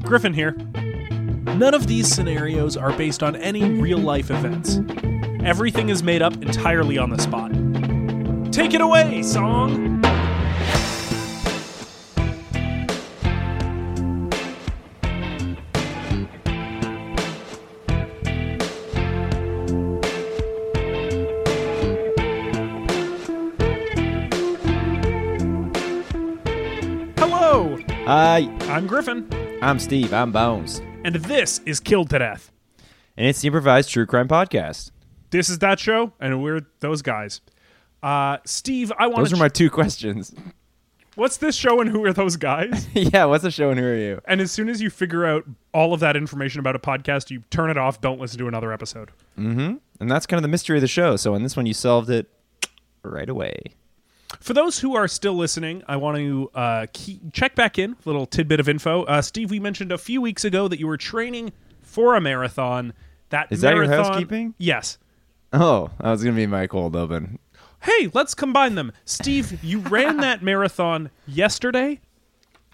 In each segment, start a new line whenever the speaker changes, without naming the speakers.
Griffin here. None of these scenarios are based on any real life events. Everything is made up entirely on the spot. Take it away, song! Hello!
Hi,
I'm Griffin,
I'm Steve. I'm Bones,
and this is Killed to Death.
and it's the improvised true crime podcast.
This is that show, and we're those guys. Uh, Steve, I want
Those
to.
are my two questions.
What's this show, and who are those guys?
yeah, what's the show and who are you?
and as soon as you figure out all of that information about a podcast, you turn it off. Don't listen to another episode.
And that's kind of the mystery of the show. So in this one, you solved it right away.
For those who are still listening, I want to uh, keep, check back in. Little tidbit of info, uh, Steve. We mentioned a few weeks ago that you were training for a marathon. That
Is that your
marathon-
housekeeping?
Yes.
Oh, that was gonna be my cold open.
Hey, let's combine them. Steve, you ran that marathon yesterday.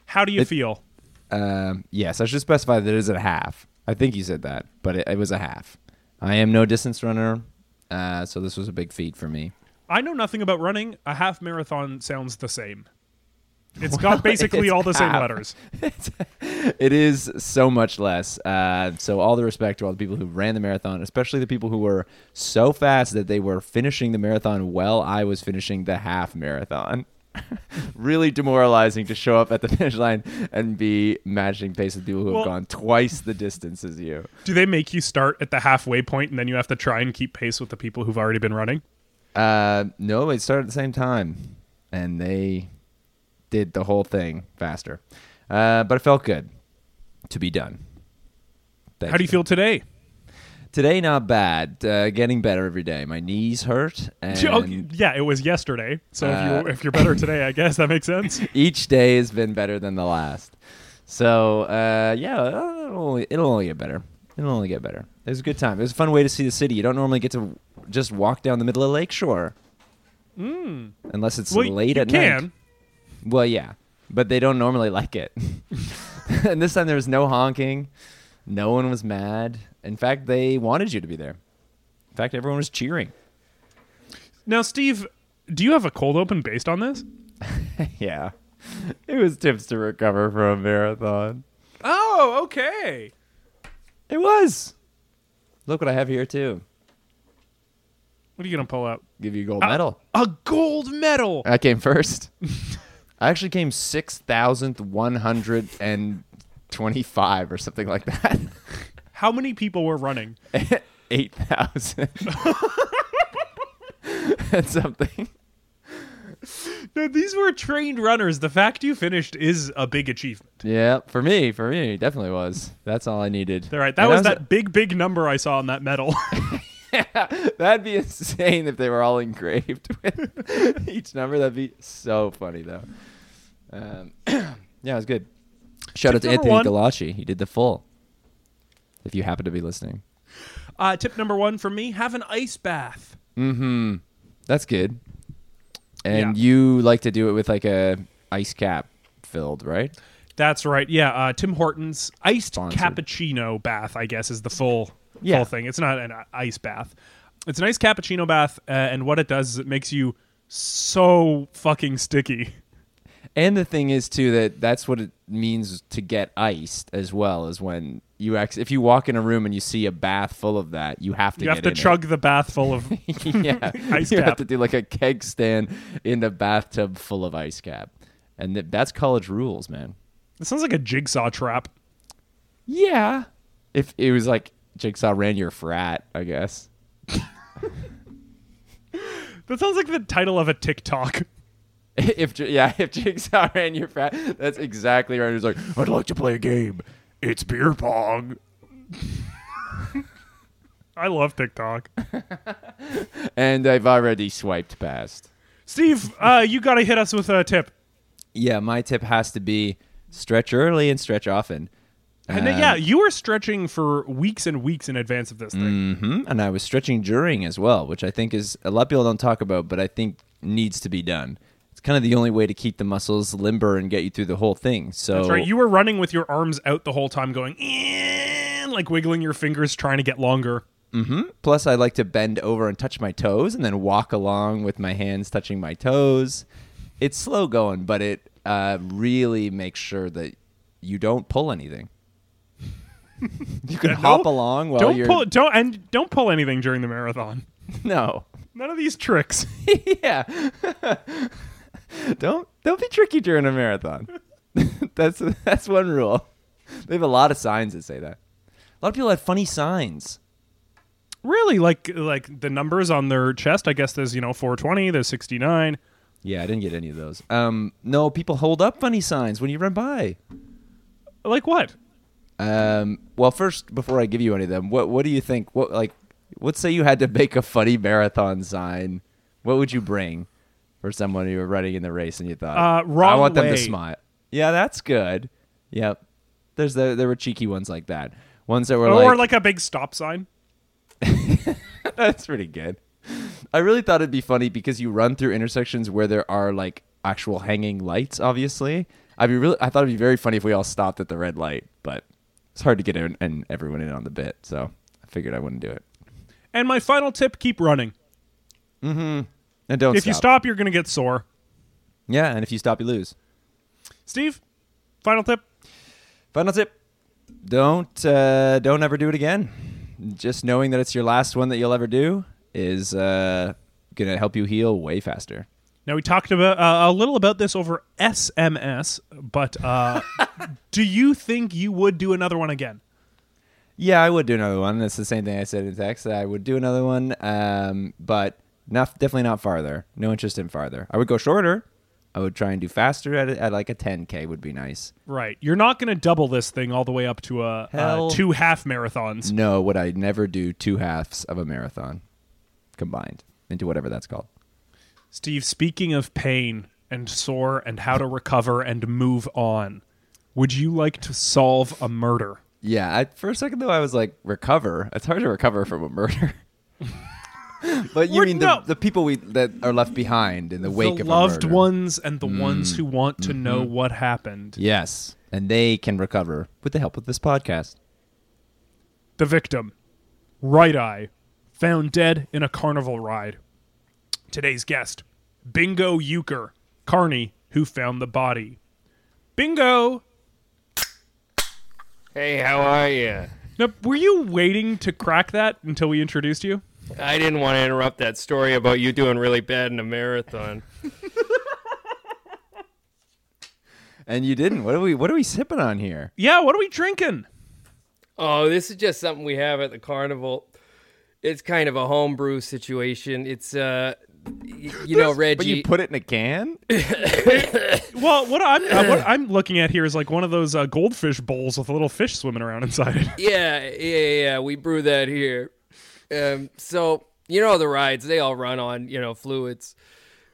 How do you feel?
Um, yes, I should specify that it is a half. I think you said that, but it, it was a half. I am no distance runner, uh, so this was a big feat for me.
I know nothing about running. A half marathon sounds the same. It's got basically
it's
all the same
half.
letters.
It is so much less. Uh, so all the respect to all the people who ran the marathon, especially the people who were so fast that they were finishing the marathon while I was finishing the half marathon. really demoralizing to show up at the finish line and be matching pace with people who
Well-
have gone twice the distance as you.
Do they make you start at the halfway point and then you have to try and keep pace with the people who've already been running?
Uh, no, it started at the same time, and they did the whole thing faster. Uh, but it felt good to be done. Thank
How do you feel today?
Today, not bad. Uh, getting better every day. My knees hurt, and
Oh, yeah, it was yesterday. So if, you,
Uh,
if you're better today, I guess that makes sense.
each day has been better than the last. So, uh, yeah, it'll only, it'll only get better. It'll only get better. It was a good time. It was a fun way to see the city. You don't normally get to just walk down the middle of Lakeshore. Mm. Unless it's
Well,
late
you
at
can.
night. Well, yeah, but they don't normally like it. and this time there was no honking. No one was mad. In fact, they wanted you to be there. In fact, everyone was cheering.
Now, Steve, do you have a cold open based on this?
Yeah. It was tips to recover from a marathon.
Oh, okay.
It was. Look what I have here too.
What are you going to pull out?
Give you a gold
Ah.
medal.
A gold medal.
I came first. I actually came six thousandth one hundred and twenty-five or something like that.
How many people were running?
eh. Eight thousand and something.
No, these were trained runners. The fact you finished is a big achievement.
Yeah, for me, for me, it definitely was. That's all I needed.
All right, that
And
was that big, big number I saw on that medal.
That'd be insane if they were all engraved with each number. That'd be so funny, though. Um, yeah, it was good. Shout out to
Tip number
Anthony
one.
Galacci. He did the full. If you happen to be listening,
uh, tip number one for me: have an ice bath.
that's good. And
Yeah.
you like to do it with like a ice cap filled, right?
That's right. Yeah, uh, Tim Hortons iced
Sponsored.
cappuccino bath. I guess is the full
Yeah.
full thing. It's not an i- ice bath. It's an iced cappuccino bath, uh, and what it does is it makes you so fucking sticky.
And the thing is too that that's what it means to get iced as well as when you ex- if you walk in a room and you see a bath full of that, you have to
You have
get
to
in it.
chug the bath full of.
yeah,
Ice
you
cap.
have to do like a keg stand in a bathtub full of ice cap, and th- that's college rules, man.
It sounds like a jigsaw trap.
Yeah, if it was like Jigsaw ran your frat, I guess.
That sounds like the title of a TikTok.
If J- yeah, if Jigsaw ran your frat, that's exactly right. It was like I'd like to play a game. It's beer pong,
I love TikTok.
and I've already swiped past.
Steve, uh, you gotta hit us with a tip.
Yeah, my tip has to be stretch early and stretch often.
And then,
Um,
yeah, you were stretching for weeks and weeks in advance of this thing.
hmm And I was stretching during as well, which I think is a lot of people don't talk about, but I think needs to be done. It's kind of the only way to keep the muscles limber and get you through the whole thing. So
That's right. You were running with your arms out the whole time, going "Eh," like wiggling your fingers, trying to get longer.
Plus, I like to bend over and touch my toes, and then walk along with my hands touching my toes. It's slow going, but it uh, really makes sure that you don't pull anything. you can
Uh, No,
hop along while
don't
you're
pull, don't and don't pull anything during the marathon.
no,
None of these tricks.
yeah. don't don't be tricky during a marathon. that's that's one rule. They have a lot of signs that say that. A lot of people had funny signs.
really, like like the numbers on their chest. I guess there's you know 420, there's 69.
Yeah, I didn't get any of those. Um, no, people hold up funny signs when you run by.
Like what?
Um, well, first, before I give you any of them, what what do you think? What like, let's say you had to make a funny marathon sign. What would you bring for someone who were running in the race and you thought,
Uh, wrong
I want them
way.
to smile. Yeah, that's good. Yep. There's the, there were cheeky ones like that. Ones that were
or like a big stop sign.
That's pretty good. I really thought it'd be funny because you run through intersections where there are like actual hanging lights. Obviously, I'd be really. I thought it'd be very funny if we all stopped at the red light, but it's hard to get in, and everyone in on the bit. So I figured I wouldn't do it.
And my final tip: keep running.
And don't.
if you stop, you're gonna get sore.
yeah, and if you stop, you lose.
Steve, final tip.
Final tip: don't uh, don't ever do it again. Just knowing that it's your last one that you'll ever do is uh, gonna help you heal way faster.
Now we talked about uh, a little about this over SMS, but uh, do you think you would do another one again?
Yeah, I would do another one. That's the same thing I said in text. that I would do another one, um, but not definitely not farther. No interest in farther. I would go shorter. I would try and do faster at, at like a 10k would be nice.
Right, you're not going to double this thing all the way up to a, uh
Hell.
two half marathons.
No, would I never do two halves of a marathon combined into whatever that's called?
Steve, speaking of pain and sore and how to recover and move on, would you like to solve a murder?
Yeah, I, for a second though, I was like recover. It's hard to recover from a murder. but you
We're-
mean
no.
the, the people we that are left behind in the wake
the
of
loved
a murder.
ones and the ones who want to know what happened.
Yes, and they can recover with the help of this podcast.
The victim, Right Eye, found dead in a carnival ride. Today's guest, Bingo Euchre, Carney, who found the body. Bingo!
Hey, how are you?
Now, were you waiting to crack that until we introduced you?
I didn't want to interrupt that story about you doing really bad in a marathon.
And you didn't. What are we? What are we sipping on here?
Yeah, what are we drinking?
Oh, this is just something we have at the carnival. It's kind of a homebrew situation. It's uh, y- you know, Reggie.
But you put it in a can.
Well, what I'm uh, what I'm looking at here is like one of those uh, goldfish bowls with a little fish swimming around inside it.
yeah, yeah, yeah, yeah. We brew that here. Um, so you know the rides, they all run on you know fluids,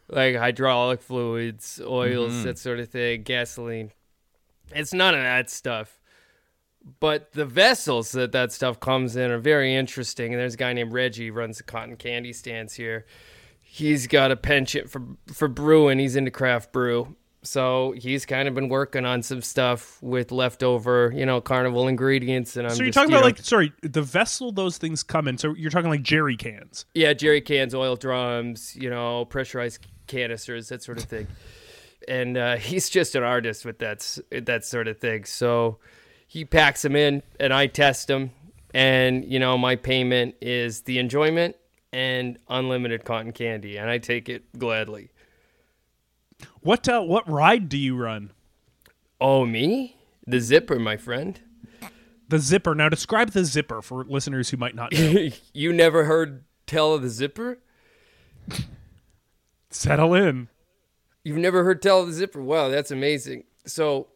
like hydraulic fluids, oils,
Mm-hmm.
that sort of thing, gasoline. It's none of that stuff. But the vessels that that stuff comes in are very interesting. And there's a guy named Reggie who runs the cotton candy stands here. He's got a penchant for for brewing. He's into craft brew. So he's kind of been working on some stuff with leftover, you know, carnival ingredients. And I'm
So you're
just,
talking
you
about
know,
like sorry, the vessel those things come in. So you're talking like jerry cans.
Yeah, jerry cans, oil drums, you know, pressurized canisters, that sort of thing. and uh, he's just an artist with that s- that sort of thing. So he packs them in, and I test them. And you know, my payment is the enjoyment and unlimited cotton candy, and I take it gladly.
What uh, what ride do you run?
Oh, me, the zipper, my friend.
The zipper. Now describe the zipper for listeners who might not know.
you never heard tell of the zipper?
settle in.
You've never heard tell of the zipper? Wow, that's amazing. So,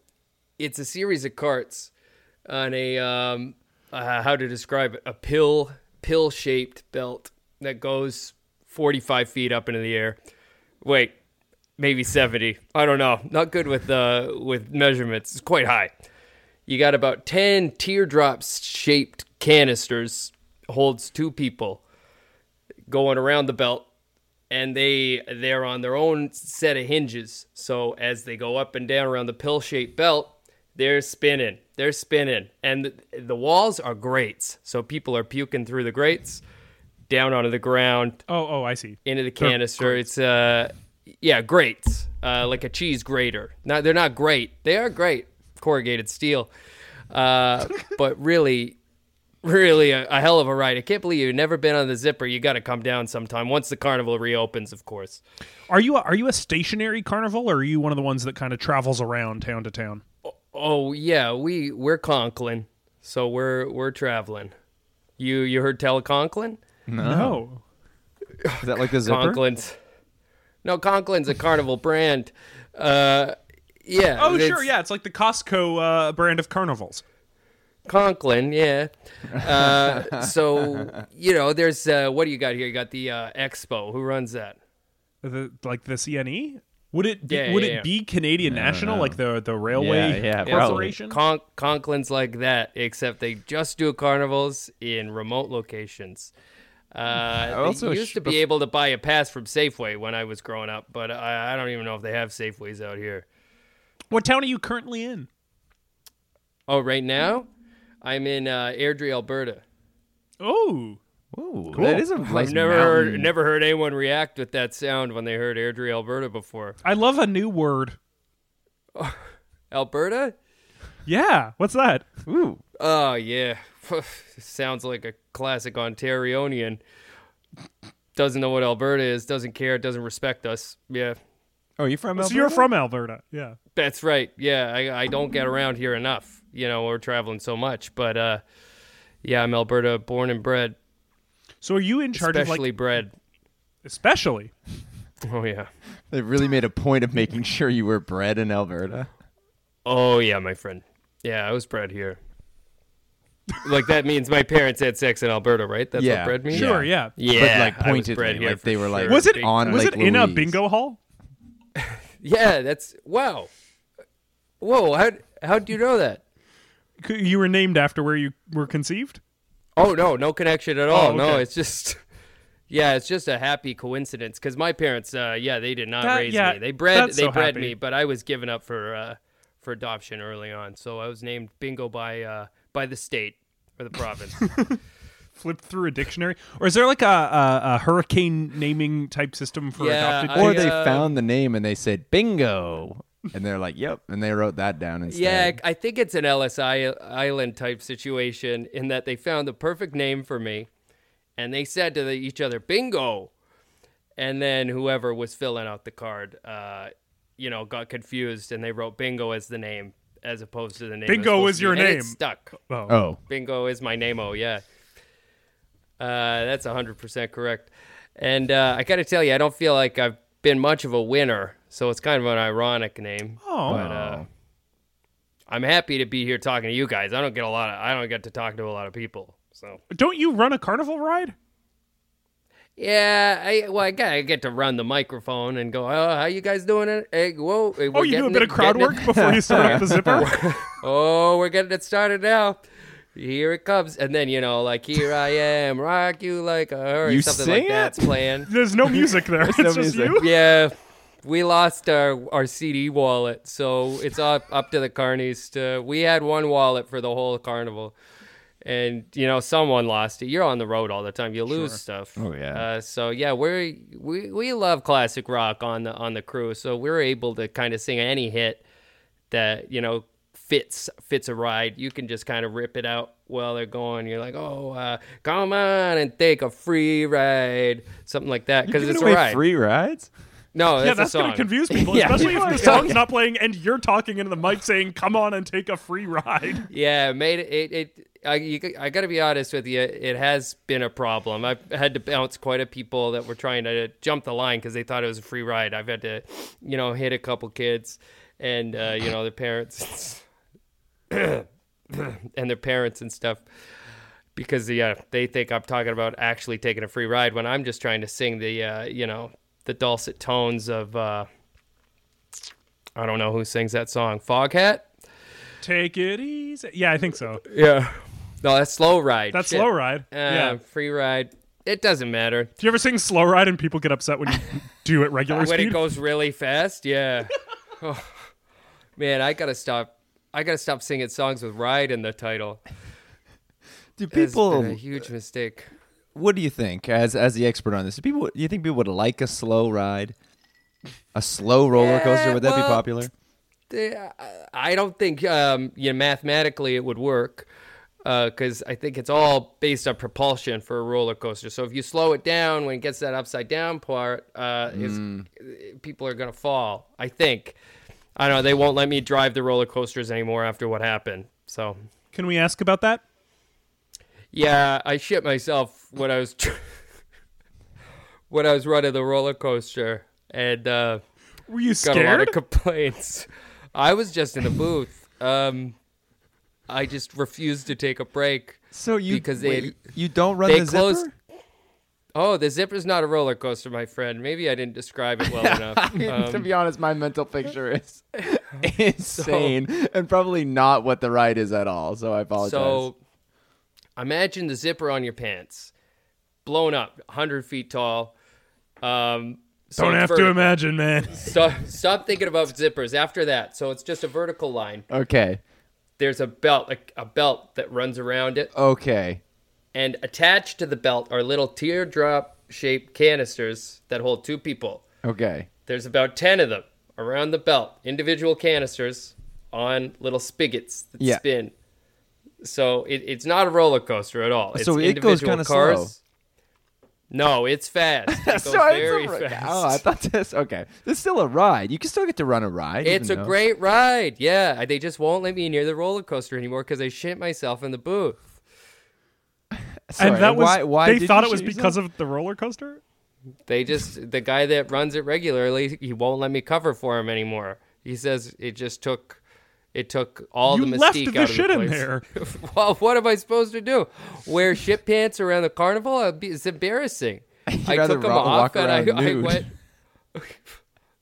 it's a series of carts on a um, uh, how to describe it a pill pill shaped belt that goes 45 feet up into the air. Wait, maybe 70. I don't know. Not good with uh, with measurements. It's quite high. You got about 10 teardrops shaped canisters holds two people going around the belt and they they're on their own set of hinges. So as they go up and down around the pill-shaped belt, they're spinning. They're spinning, and the, the walls are grates. So people are puking through the grates down onto the ground
Oh, oh, I see.
into the canister. It's uh, yeah, grates, uh, like a cheese grater. Now they're not great. They are great corrugated steel, uh, but really, really a, a hell of a ride. I can't believe you've never been on the zipper. You got to come down sometime once the carnival reopens, of course.
Are you a, are you a stationary carnival, or are you one of the ones that kind of travels around town to town?
Oh yeah, we we're Conklin, so we're we're traveling. You you heard tell of Conklin?
No.
Is that like the zipper?
Conklin's. No, Conklin's a carnival brand. Uh, yeah.
Oh,
it's-
sure. Yeah, it's like the Costco uh, brand of carnivals.
Conklin, yeah. Uh, so you know, there's uh, what do you got here? You got the uh, Expo. Who runs that?
The, like the CNE. Would it be,
Yeah,
would
yeah,
it
yeah.
be Canadian National, like the the railway
Yeah, yeah, probably.
corporation?
Con- Conklin's like that, except they just do carnivals in remote locations. Uh,
also
also used
sh-
to be able to buy a pass from Safeway when I was growing up, but I, I don't even know if they have Safeways out here.
What town are you currently in?
Oh, right now, I'm in uh, Airdrie, Alberta.
Oh,
Ooh, that is a nice
I've never
mountain.
heard, never heard anyone react with that sound when they heard Airdrie, Alberta before.
I love a new word.
Alberta?
Yeah, what's that?
Ooh,
Oh yeah, sounds like a classic Ontarianian. Doesn't know what Alberta is. Doesn't care. Doesn't respect us. Yeah,
oh, you from?
So you're
Alberta?
from Alberta? Yeah.
that's right. Yeah, I, I don't get around here enough. You know, we're traveling so much. But uh, yeah, I'm Alberta, born and bred,
So are you in charge of
especially
like
bred.
especially?
Oh yeah.
They really made a point of making sure you were bred in Alberta.
Oh yeah, my friend. Yeah, I was bred here. like that means my parents had sex in Alberta, right? That's
Yeah,
what bred means.
Sure, yeah.
Yeah,
but like
I was
pointedly,
bred here
like
for
they were like
sure.
Was it
on
was
Lake
it in a
Louise.
bingo hall?
Yeah, that's wow. Whoa, how how do you know that?
C- You were named after where you were conceived?
Oh no, no connection at all.
Oh,
No,
okay.
it's just yeah, it's just a happy coincidence because my parents, uh, yeah, they did not
That-
raise
yeah,
me. They bred
that's
they
so
bred
happy.
me, but I was given up for uh, for adoption early on, so I was named Bingo by uh, by the state or the province.
Flipped through a dictionary, or is there like a, a, a hurricane naming type system for
Yeah,
adopted?
I-
Or they
uh,
found the name and they said bingo, and they're like, "Yep," and they wrote that down instead.
Yeah, I I think it's an Ellis I- Island type situation in that they found the perfect name for me, and they said to the, each other, "Bingo," and then whoever was filling out the card, uh, you know, got confused and they wrote "Bingo" as the name as opposed to the name. it was
Bingo
supposed
is
to be,
your
and it
name.
stuck.
Oh.
Oh,
Bingo is my name. Oh yeah, uh, that's hundred percent correct. And uh, I got to tell you, I don't feel like I've been much of a winner, so it's kind of an ironic name.
Oh.
But, uh,
Oh.
I'm happy to be here talking to you guys. I don't get a lot of I don't get to talk to a lot of people. So
Don't you run a carnival ride?
yeah, I well I get, I get to run the microphone and go, oh, how you guys doing it? Hey, whoa, hey,
Oh,
we're
you do a
getting
bit
it-
of crowd
getting it-
work before you start up the zipper.
Oh, we're getting it started now. Here it comes, and then you know, like here I am, rock you like a hurry,
You
something
sing
like
it?
that's playing.
There's no music there. it's
no
just
music.
you.
yeah, we lost our, our CD wallet, so it's up up to the carnies to. We had one wallet for the whole carnival, and you know someone lost it. You're on the road all the time. You lose stuff.
Oh, yeah.
Uh, so yeah, we're we we love classic rock on the on the crew, so we're able to kind of sing any hit that you know fits fits a ride. You can just kind of rip it out while they're going. You're like, oh, uh, come on and take a free ride, something like that, because
Giving
it's a
away
ride.
free rides.
No, that's,
Yeah,
a
that's going
song.
to confuse people,
Yeah,
especially
people
if the
are
song's
talking.
not playing and you're talking into the mic saying, "Come on and take a free ride."
Yeah, it made it. it I, you, g- I got to be honest with you. It has been a problem. I've had to bounce quite a people that were trying to jump the line because they thought it was a free ride. I've had to, you know, hit a couple kids, and uh, you know their parents, and their parents and stuff, because yeah, they think I'm talking about actually taking a free ride when I'm just trying to sing the, uh, you know, the dulcet tones of, uh, I don't know who sings that song, Foghat.
Take it easy. Yeah, I think so.
Yeah. No, that's slow ride.
That's
Shit.
slow ride.
Uh,
yeah.
Free ride. It doesn't matter.
Do you ever sing slow ride and people get upset when you do it regular
when
speed?
it goes really fast, yeah. Oh, man, I gotta stop. I gotta stop singing songs with "ride" in the title.
Do
That's been
people?
a huge mistake.
What do you think, as as the expert on this? Do people? Do you think people would like a slow ride, a slow roller coaster? Would that be
well,
popular?
Eh, I- I don't think um, you know mathematically it would work because I think it's all based on propulsion for a roller coaster. So if you slow it down when it gets that upside down part, uh, is eh, people are gonna fall. I think. I don't know. They won't let me drive the roller coasters anymore after what happened. So
Can we ask about that?
Yeah, I shit myself when I was tr- when I was running the roller coaster and uh,
Were you
got a lot
scared?
of complaints. I was just in the booth. Um, I just refused to take a break.
So you
because they-
wait, you don't run
they
the
closed-
zipper?
Oh, the zipper's not a roller coaster, my friend. Maybe I didn't describe it well enough.
to
Um,
be honest, my mental picture is insane and probably not what the ride is at all. So I apologize.
so imagine the zipper on your pants, blown up, hundred feet tall. Um, so
Don't
it's
have to
vertical.
imagine, man.
Stop, stop thinking about zippers after that. So it's just a vertical line.
okay,
There's a belt, like a belt that runs around it,
okay,
and attached to the belt are little teardrop-shaped canisters that hold two people.
okay.
There's about ten of them around the belt, individual canisters on little spigots that
Yeah.
spin. So it, it's not a roller coaster at all. It's
So it goes
individual
kinda
cars.
slow.
No, it's fast. It goes
So it's a
very
ri-
fast.
Oh, I thought this. Okay, it's still a ride. You can still get to run a ride.
It's a
even though-
great ride. Yeah, I- they just won't let me near the roller coaster anymore because I shit myself in the booth.
Sorry,
and that was
why, why
they
did
thought
you
it was
shoot
because
yourself?
of the roller coaster.
They just the guy that runs it regularly, he won't let me cover for him anymore. He says it just took it took all
You
the
left
mystique
the
out of
shit
the
in
place.
there.
well, what am I supposed to do? Wear shit pants around the carnival? It'd be- It's embarrassing. I
rather
took them
ro-
off
walk
and
around
I, I
nude.
went.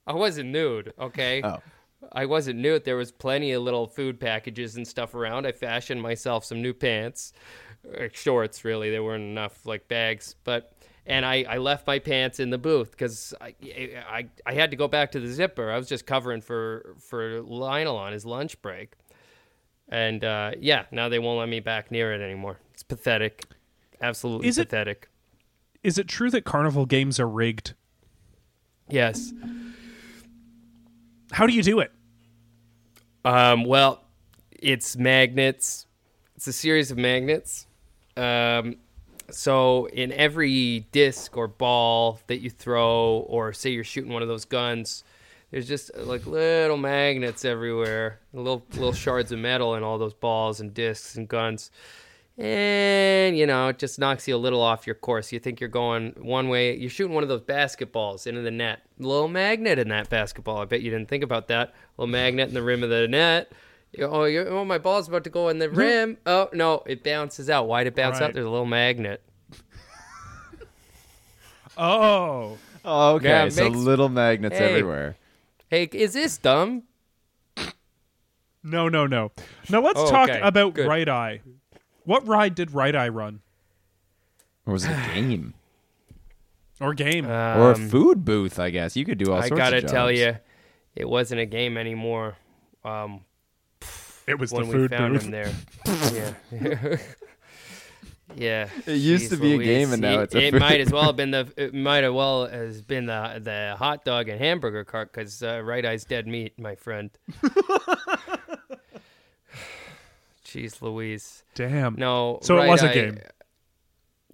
I wasn't nude, okay?
Oh.
I wasn't nude. There was plenty of little food packages and stuff around. I fashioned myself some new pants, or shorts. Really, there weren't enough like bags, but and I, I left my pants in the booth because I, I I had to go back to the zipper. I was just covering for for Lionel on his lunch break, and uh, yeah, now they won't let me back near it anymore. It's pathetic, absolutely
Is it-
pathetic.
Is it true that carnival games are rigged?
Yes.
How do you do it?
Um, well, it's magnets. It's a series of magnets. Um, so in every disc or ball that you throw, or say you're shooting one of those guns, there's just uh, like little magnets everywhere, little little shards of metal in all those balls and discs and guns. And you know, it just knocks you a little off your course. You think you're going one way, you're shooting one of those basketballs into the net. Little magnet in that basketball. I bet you didn't think about that. Little magnet in the rim of the net. You- Oh, you oh, my ball's about to go in the rim. Oh no, it bounces out. Why'd it bounce
Right.
out? There's a little magnet.
Oh,
Oh, okay.
Yeah, it
so
makes-
little magnets
Hey.
everywhere.
Hey, is this dumb?
no, no, no. Now let's
Oh,
talk
okay.
about
Good.
Right Eye. What ride did Right Eye run
Or was it a game?
or game?
Uh,
or a food booth, I guess. You could do all
Um, I
sorts of
gotta tell
jobs.
you, it wasn't a game anymore. Um,
it was the
when we
food
found
booth.
him there, yeah, yeah.
It used to be a game, and now
It-
it's a
it
food-
might as well have been the it might as well has been the the hot dog and hamburger cart because uh, right eye's dead meat, my friend. Jeez, Louise.
Damn.
No,
Um, So it
Right
was a
Eye-
game.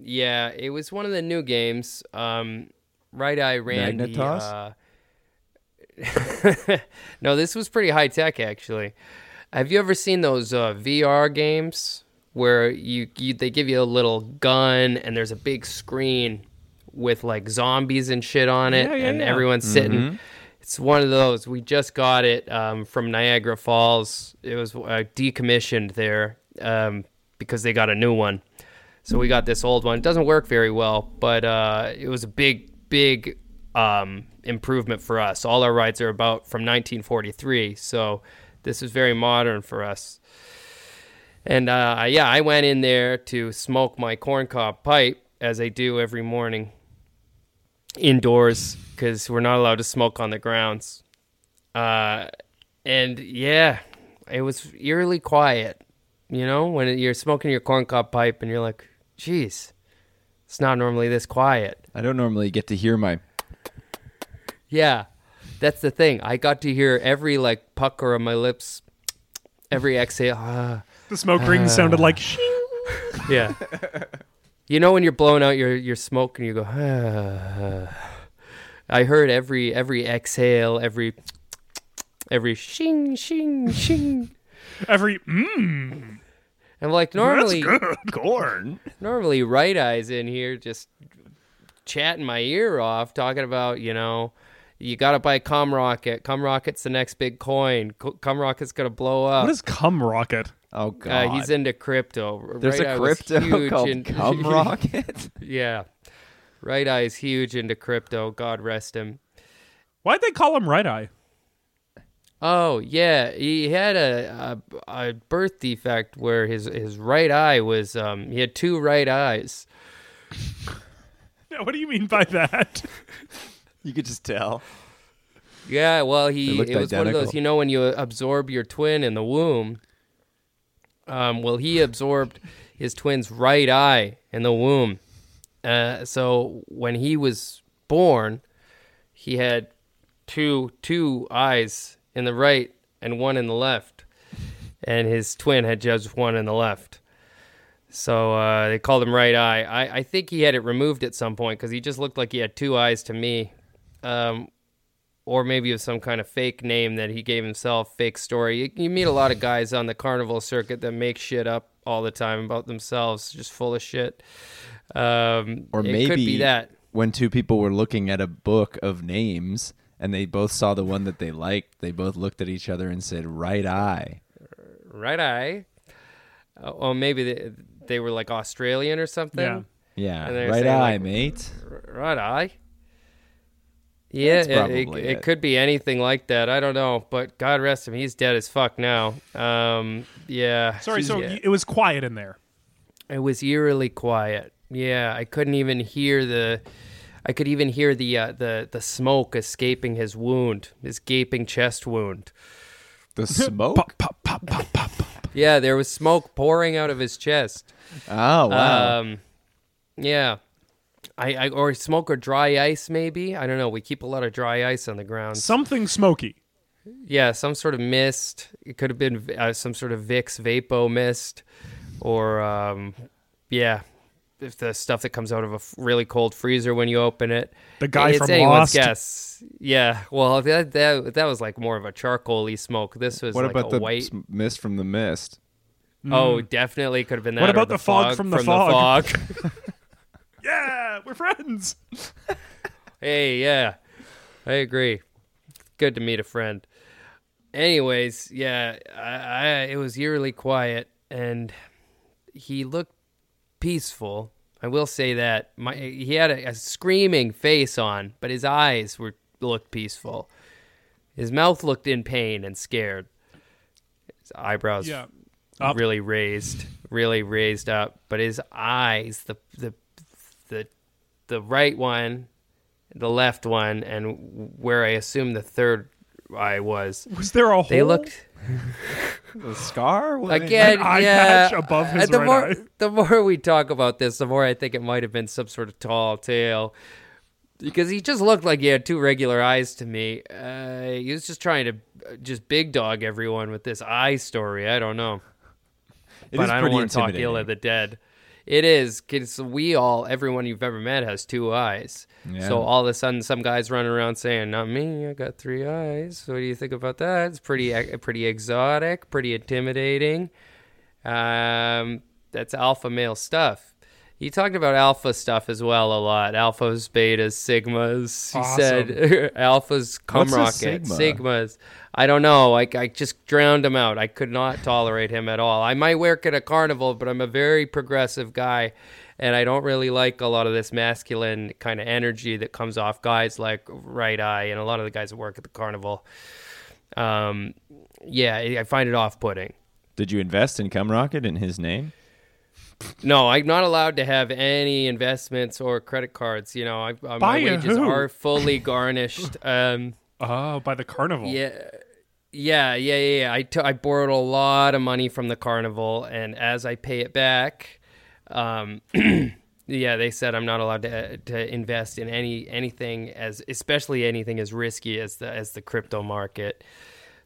Yeah, it was one of the new games. Um, right Eye ran the,
Magnetoss?
uh, no, this was pretty high tech actually. Have you ever seen those uh, VR games where you, you they give you a little gun and there's a big screen with like zombies and shit on it
Yeah, yeah,
and
yeah.
everyone's sitting. It's one of those. We just got it um, from Niagara Falls. It was uh, decommissioned there um, because they got a new one. So we got this old one. It doesn't work very well, but uh, it was a big, big um, improvement for us. All our rides are about from 1943, so this is very modern for us. And uh, yeah, I went in there to smoke my corncob pipe as I do every morning indoors because we're not allowed to smoke on the grounds. Uh, and yeah, it was eerily quiet. You know, when you're smoking your corncob pipe and you're like, "Geez, it's not normally this quiet."
I don't normally get to hear my.
Yeah, that's the thing. I got to hear every like pucker on my lips, every exhale. Ah.
The smoke ring sounded like shing.
Yeah. you know when you're blowing out your, your smoke and you go, ah. I heard every every exhale, every every shing shing shing.
Every mmm,
And like
that's
normally
good corn.
normally right eyes in here just chatting my ear off talking about, you know, you got to buy Cum Rocket. Cum Rocket's the next big coin. Co- Cum Rocket's going to blow up.
What is cum rocket?
Oh God.
uh, he's into crypto.
There's
Right
a
Eye was
crypto
huge
called
in-
Cum Rocket.
Yeah. Right Eye is huge into crypto. God rest him.
Why'd they call him right eye?
Oh yeah, he had a a, a birth defect where his his right eye was um he had two right eyes.
Yeah, What do you mean by that?
you could just tell.
Yeah, well
They
he it
looked
was one of those
identical.
you know when you absorb your twin in the womb. Um, well he absorbed his twin's right eye in the womb. Uh, so when he was born, he had two two eyes in the right and one in the left, and his twin had just one in the left. So uh, they called him right eye. I, I think he had it removed at some point because he just looked like he had two eyes to me, um, or maybe it was some kind of fake name that he gave himself, fake story. You, you meet a lot of guys on the carnival circuit that make shit up all the time about themselves, just full of shit. Um,
Or
it
maybe
could be that.
when two people were looking at a book of names and they both saw the one that they liked, they both looked at each other and said right eye.
right eye. Uh, or maybe they, they were like Australian or something.
Yeah.
Yeah.
And they're
Right
saying,
eye,
like,
mate.
R- right eye. Yeah,
That's
it, it-
probably
it
it.
could be anything like that. I don't know, but God rest him. He's dead as fuck now. Um, yeah.
Sorry, so
Yeah.
y- it was quiet in there.
it was eerily quiet. Yeah, I couldn't even hear the. I could even hear the uh, the the smoke escaping his wound, his gaping chest wound.
The smoke?
Pop, pop, pop, pop, pop, pop.
Yeah, there was smoke pouring out of his chest.
Oh wow.
Um, yeah. I, I or smoke or dry ice maybe. I don't know. We keep a lot of dry ice on the ground.
Something smoky.
yeah, some sort of mist. It could have been uh, some sort of Vicks Vapo mist, or um, yeah, if the stuff that comes out of a f- really cold freezer when you open it.
The guy
it's
from
anyone's
Lost.
guess. Yeah. Well, that that that was like more of a charcoaly smoke. This was
what
like
about
a
the
white.
s- mist from the mist?
Oh, definitely could have been that.
hmm. What
or
about
the,
the fog from the fog?
The fog.
Yeah, we're friends.
Hey, yeah, I agree. Good to meet a friend. Anyways, yeah, I, I, it was eerily quiet, and he looked peaceful. I will say that my he had a, a screaming face on, but his eyes were looked peaceful. His mouth looked in pain and scared. His eyebrows
Yeah. Up.
really raised, really raised up. But his eyes, the the the the right one, the left one, and where I assume the third eye was,
Was there a hole?
they looked
The scar? What-
again.
an eye
yeah,
patch above
uh,
his
the
right
more
eye.
the more we talk about this, the more I think it might have been some sort of tall tale. Because he just looked like he had two regular eyes to me. Uh, he was just trying to uh, just big dog everyone with this eye story. I don't know
It
but
is
I don't
pretty
want to talk
intimidating.
ill of the dead. It is because we all, everyone you've ever met, has two eyes.
Yeah.
So all of a sudden, some guys running around saying, "Not me, I got three eyes." What do you think about that? It's pretty, ex- pretty exotic, pretty intimidating. Um, that's alpha male stuff. He talked about alpha stuff as well a lot. Alphas, betas, sigmas. He said alphas cum
What's a
rocket,
sigma?
sigmas. I don't know. I, I just drowned him out. I could not tolerate him at all. I might work at a carnival, but I'm a very progressive guy, and I don't really like a lot of this masculine kind of energy that comes off guys like Right Eye and a lot of the guys that work at the carnival. Um, yeah, I I find it off-putting.
Did you invest in Cum Rocket in his name?
No, I'm not allowed to have any investments or credit cards. You know, I, I,
By
my wages
who?
are fully garnished. Um,
Oh, by the carnival.
yeah, yeah, yeah, yeah. yeah. I t- I borrowed a lot of money from the carnival, and as I pay it back, um, yeah, they said I'm not allowed to to invest in any anything as especially anything as risky as the as the crypto market.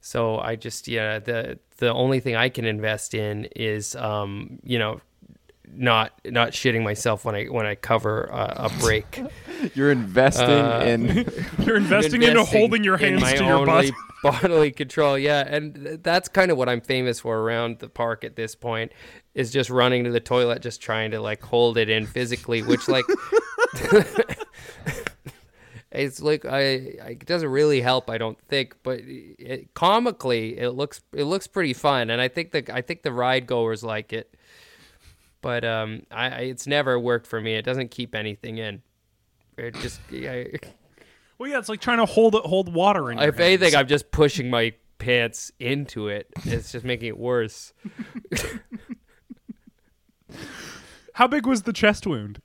So I just yeah the the only thing I can invest in is um you know not not shitting myself when I when I cover uh, a break.
You're investing
Uh,
in.
You're investing, into holding your
in
hands
my
to your butt.
only bodily control. Yeah, and th- that's kind of what I'm famous for around the park at this point is just running to the toilet, just trying to like hold it in physically, which like. It's like I, I it doesn't really help, I don't think, but it, comically it looks it looks pretty fun, and I think the I think the ride goers like it, but um, I, I it's never worked for me. It doesn't keep anything in. It just I,
Well, yeah, it's like trying to hold hold water in. your
if anything,
hands.
I'm just pushing my pants into it. It's just making it worse.
how big was the chest wound?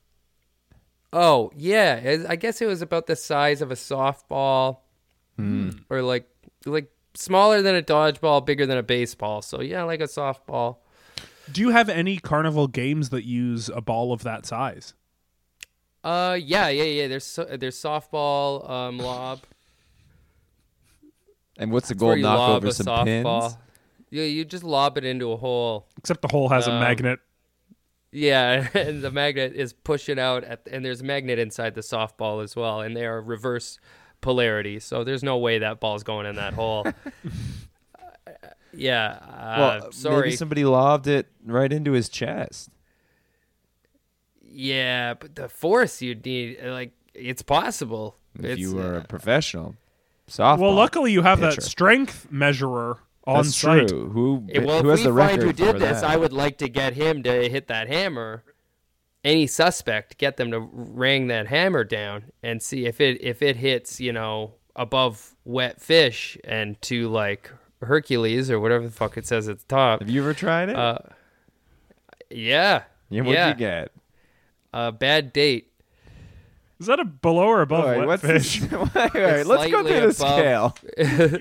Oh yeah, it- I guess it was about the size of a softball,
Hmm.
or like like smaller than a dodgeball, bigger than a baseball. So yeah, like a softball.
Do you have any carnival games that use a ball of that size?
Uh yeah yeah yeah. There's so, there's softball um lob.
And what's the
where
goal?
you
Knock
lob
over
a
some
softball.
pins.
Yeah, you just lob it into a hole.
Except the hole has a
Um,
magnet.
Yeah, and the magnet is pushing out, at, and there's a magnet inside the softball as well, and they are reverse polarity, so there's no way that ball's going in that hole. Uh, yeah, uh,
well,
sorry.
maybe somebody lobbed it right into his chest.
Yeah, but the force you'd need, like, it's possible.
If
it's, uh,
you were a professional softball.
Well, luckily you have
pitcher.
that strength measurer on
That's
site.
true. Who,
Eh, well,
who
if
has
we
the record
find who
for
did this,
that?
I would like to get him to hit that hammer. Any suspect, get them to ring that hammer down and see if it if it hits, you know, above wet fish and to like Hercules or whatever the fuck it says at the top.
Have you ever tried it?
Uh, Yeah,
yeah, what'd
yeah.
you get?
A bad date.
Is that a below or above
All right,
wet
what's
fish?
this- all right, let's go
slightly
through the scale.
above-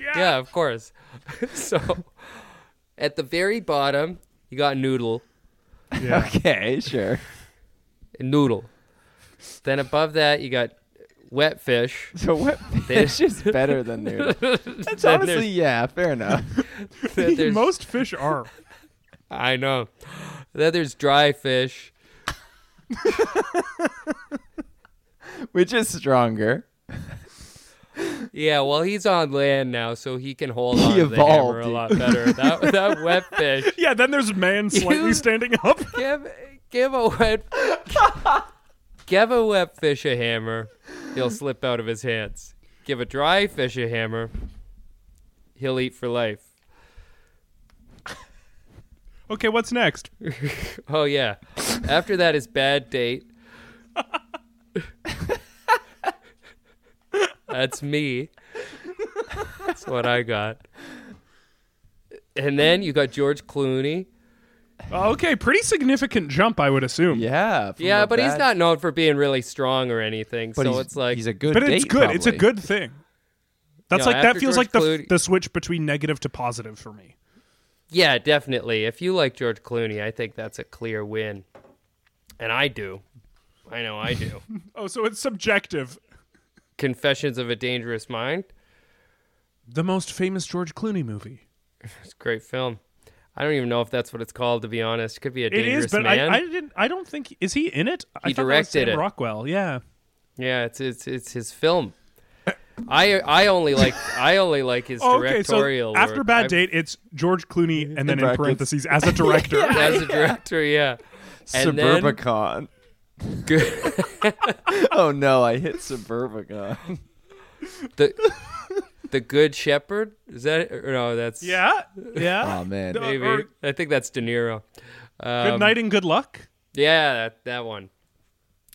Yeah.
yeah, of course. so, at the very bottom, you got noodle.
Yeah.
Okay, sure.
noodle. Then above that, you got wet fish.
So what fish is better than noodle? That's
Then
honestly, yeah, fair enough.
Then there's,
Most fish are.
I know. Then there's dry fish.
Which is stronger?
Yeah, well, he's on land now, so he can hold on
He
to the
evolved,
hammer a
dude.
lot better. That, that wet fish.
Yeah, then there's man slightly
You-
standing up.
Give, give a wet, give a wet fish a hammer, he'll slip out of his hands. Give a dry fish a hammer, he'll eat for life.
Okay, what's next?
Oh yeah. After that is bad date. That's me. That's what I got. And then you got George Clooney.
Okay, pretty significant jump, I would assume.
Yeah. from
Yeah,
a
but he's
bad-
not known for being really strong or anything.
But
so
he's-
it's like
he's a good.
But it's
date,
good. It's a
probably.
good thing. That's
No,
like that
after
feels
George
like the
Clooney-
the switch between negative to positive for me.
Yeah, definitely. If you like George Clooney, I think that's a clear win. And I do. I know I do.
Oh, so it's subjective.
Confessions of a Dangerous Mind.
The most famous George Clooney movie.
It's a great film. I don't even know if that's what it's called, to be honest. Could be a
It
dangerous
is, but
man.
I, I didn't. I don't think is he in it. I
He
thought that was
directed
Sam
it.
Rockwell. Yeah.
Yeah, it's it's it's his film. I I only like I only like his
Oh, Okay, so
directorial.
after
work.
bad
I-
date, it's George Clooney, and then in
brackets.
parentheses as a director.
as a director, yeah. And then-
Suburbicon.
Good.
Oh no, I hit Suburbicon.
The the Good Shepherd is that or no? That's
Yeah. Yeah.
Oh man.
No.
maybe.
or-
I think that's De Niro. Um,
Good night and good luck.
Yeah, that, that one.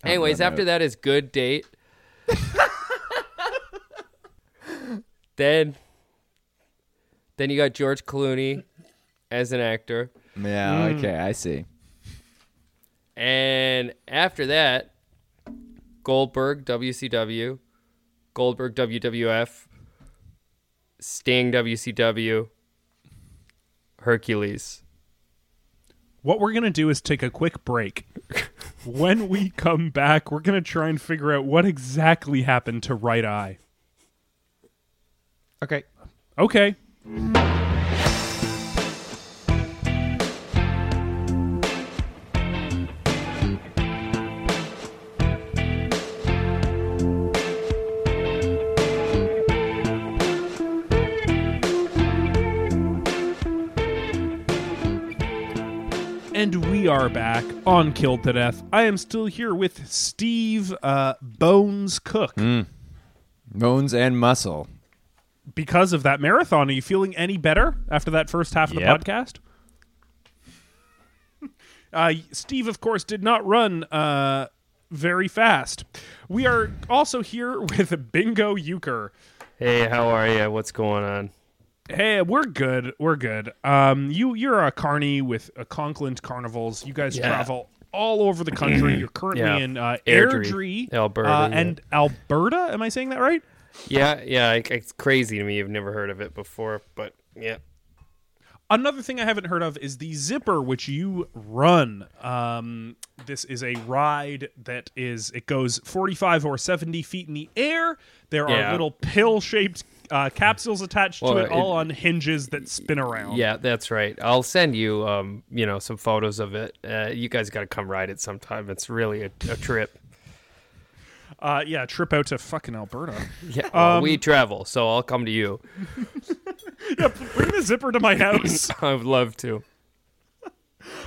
Anyways,
no, no.
after that is Good Date. then then you got George Clooney as an actor.
Yeah. Okay, I see.
And after that, Goldberg WCW, Goldberg WWF, Sting WCW, Hercules.
What we're going to do is take a quick break. when we come back, we're going to try and figure out what exactly happened to Right Eye.
Okay.
Okay. And we are back on Killed to Death. I am still here with Steve uh, Bones Cook.
Bones and muscle.
Because of that marathon, are you feeling any better after that first half of
Yep.
the podcast? Uh, Steve, of course, did not run uh, very fast. We are also here with Bingo Euchre.
Hey, how are you? What's going on?
Hey, we're good. We're good. Um, you you're a carney with a Conklin Carnivals. You guys
Yeah.
travel all over the country. You're currently
Yeah.
in uh,
Airdrie,
Airdrie,
Alberta,
uh,
yeah.
and Alberta. Am I saying that right?
Yeah, yeah, it- it's crazy to me. You've never heard of it before, but yeah.
Another thing I haven't heard of is the zipper, which you run. Um, this is a ride that is it goes 45 or 70 feet in the air. There are
Yeah.
little pill-shaped uh, capsules attached
Well,
to it,
it-
all on hinges that spin around.
Yeah, that's right. I'll send you, um, you know, some photos of it. Uh, you guys got to come ride it sometime. It's really a, a trip.
uh, yeah. Trip out to fucking Alberta.
Yeah, well, Uh,
Um,
we travel, so I'll come to you.
Bring the zipper to my house.
I would love to.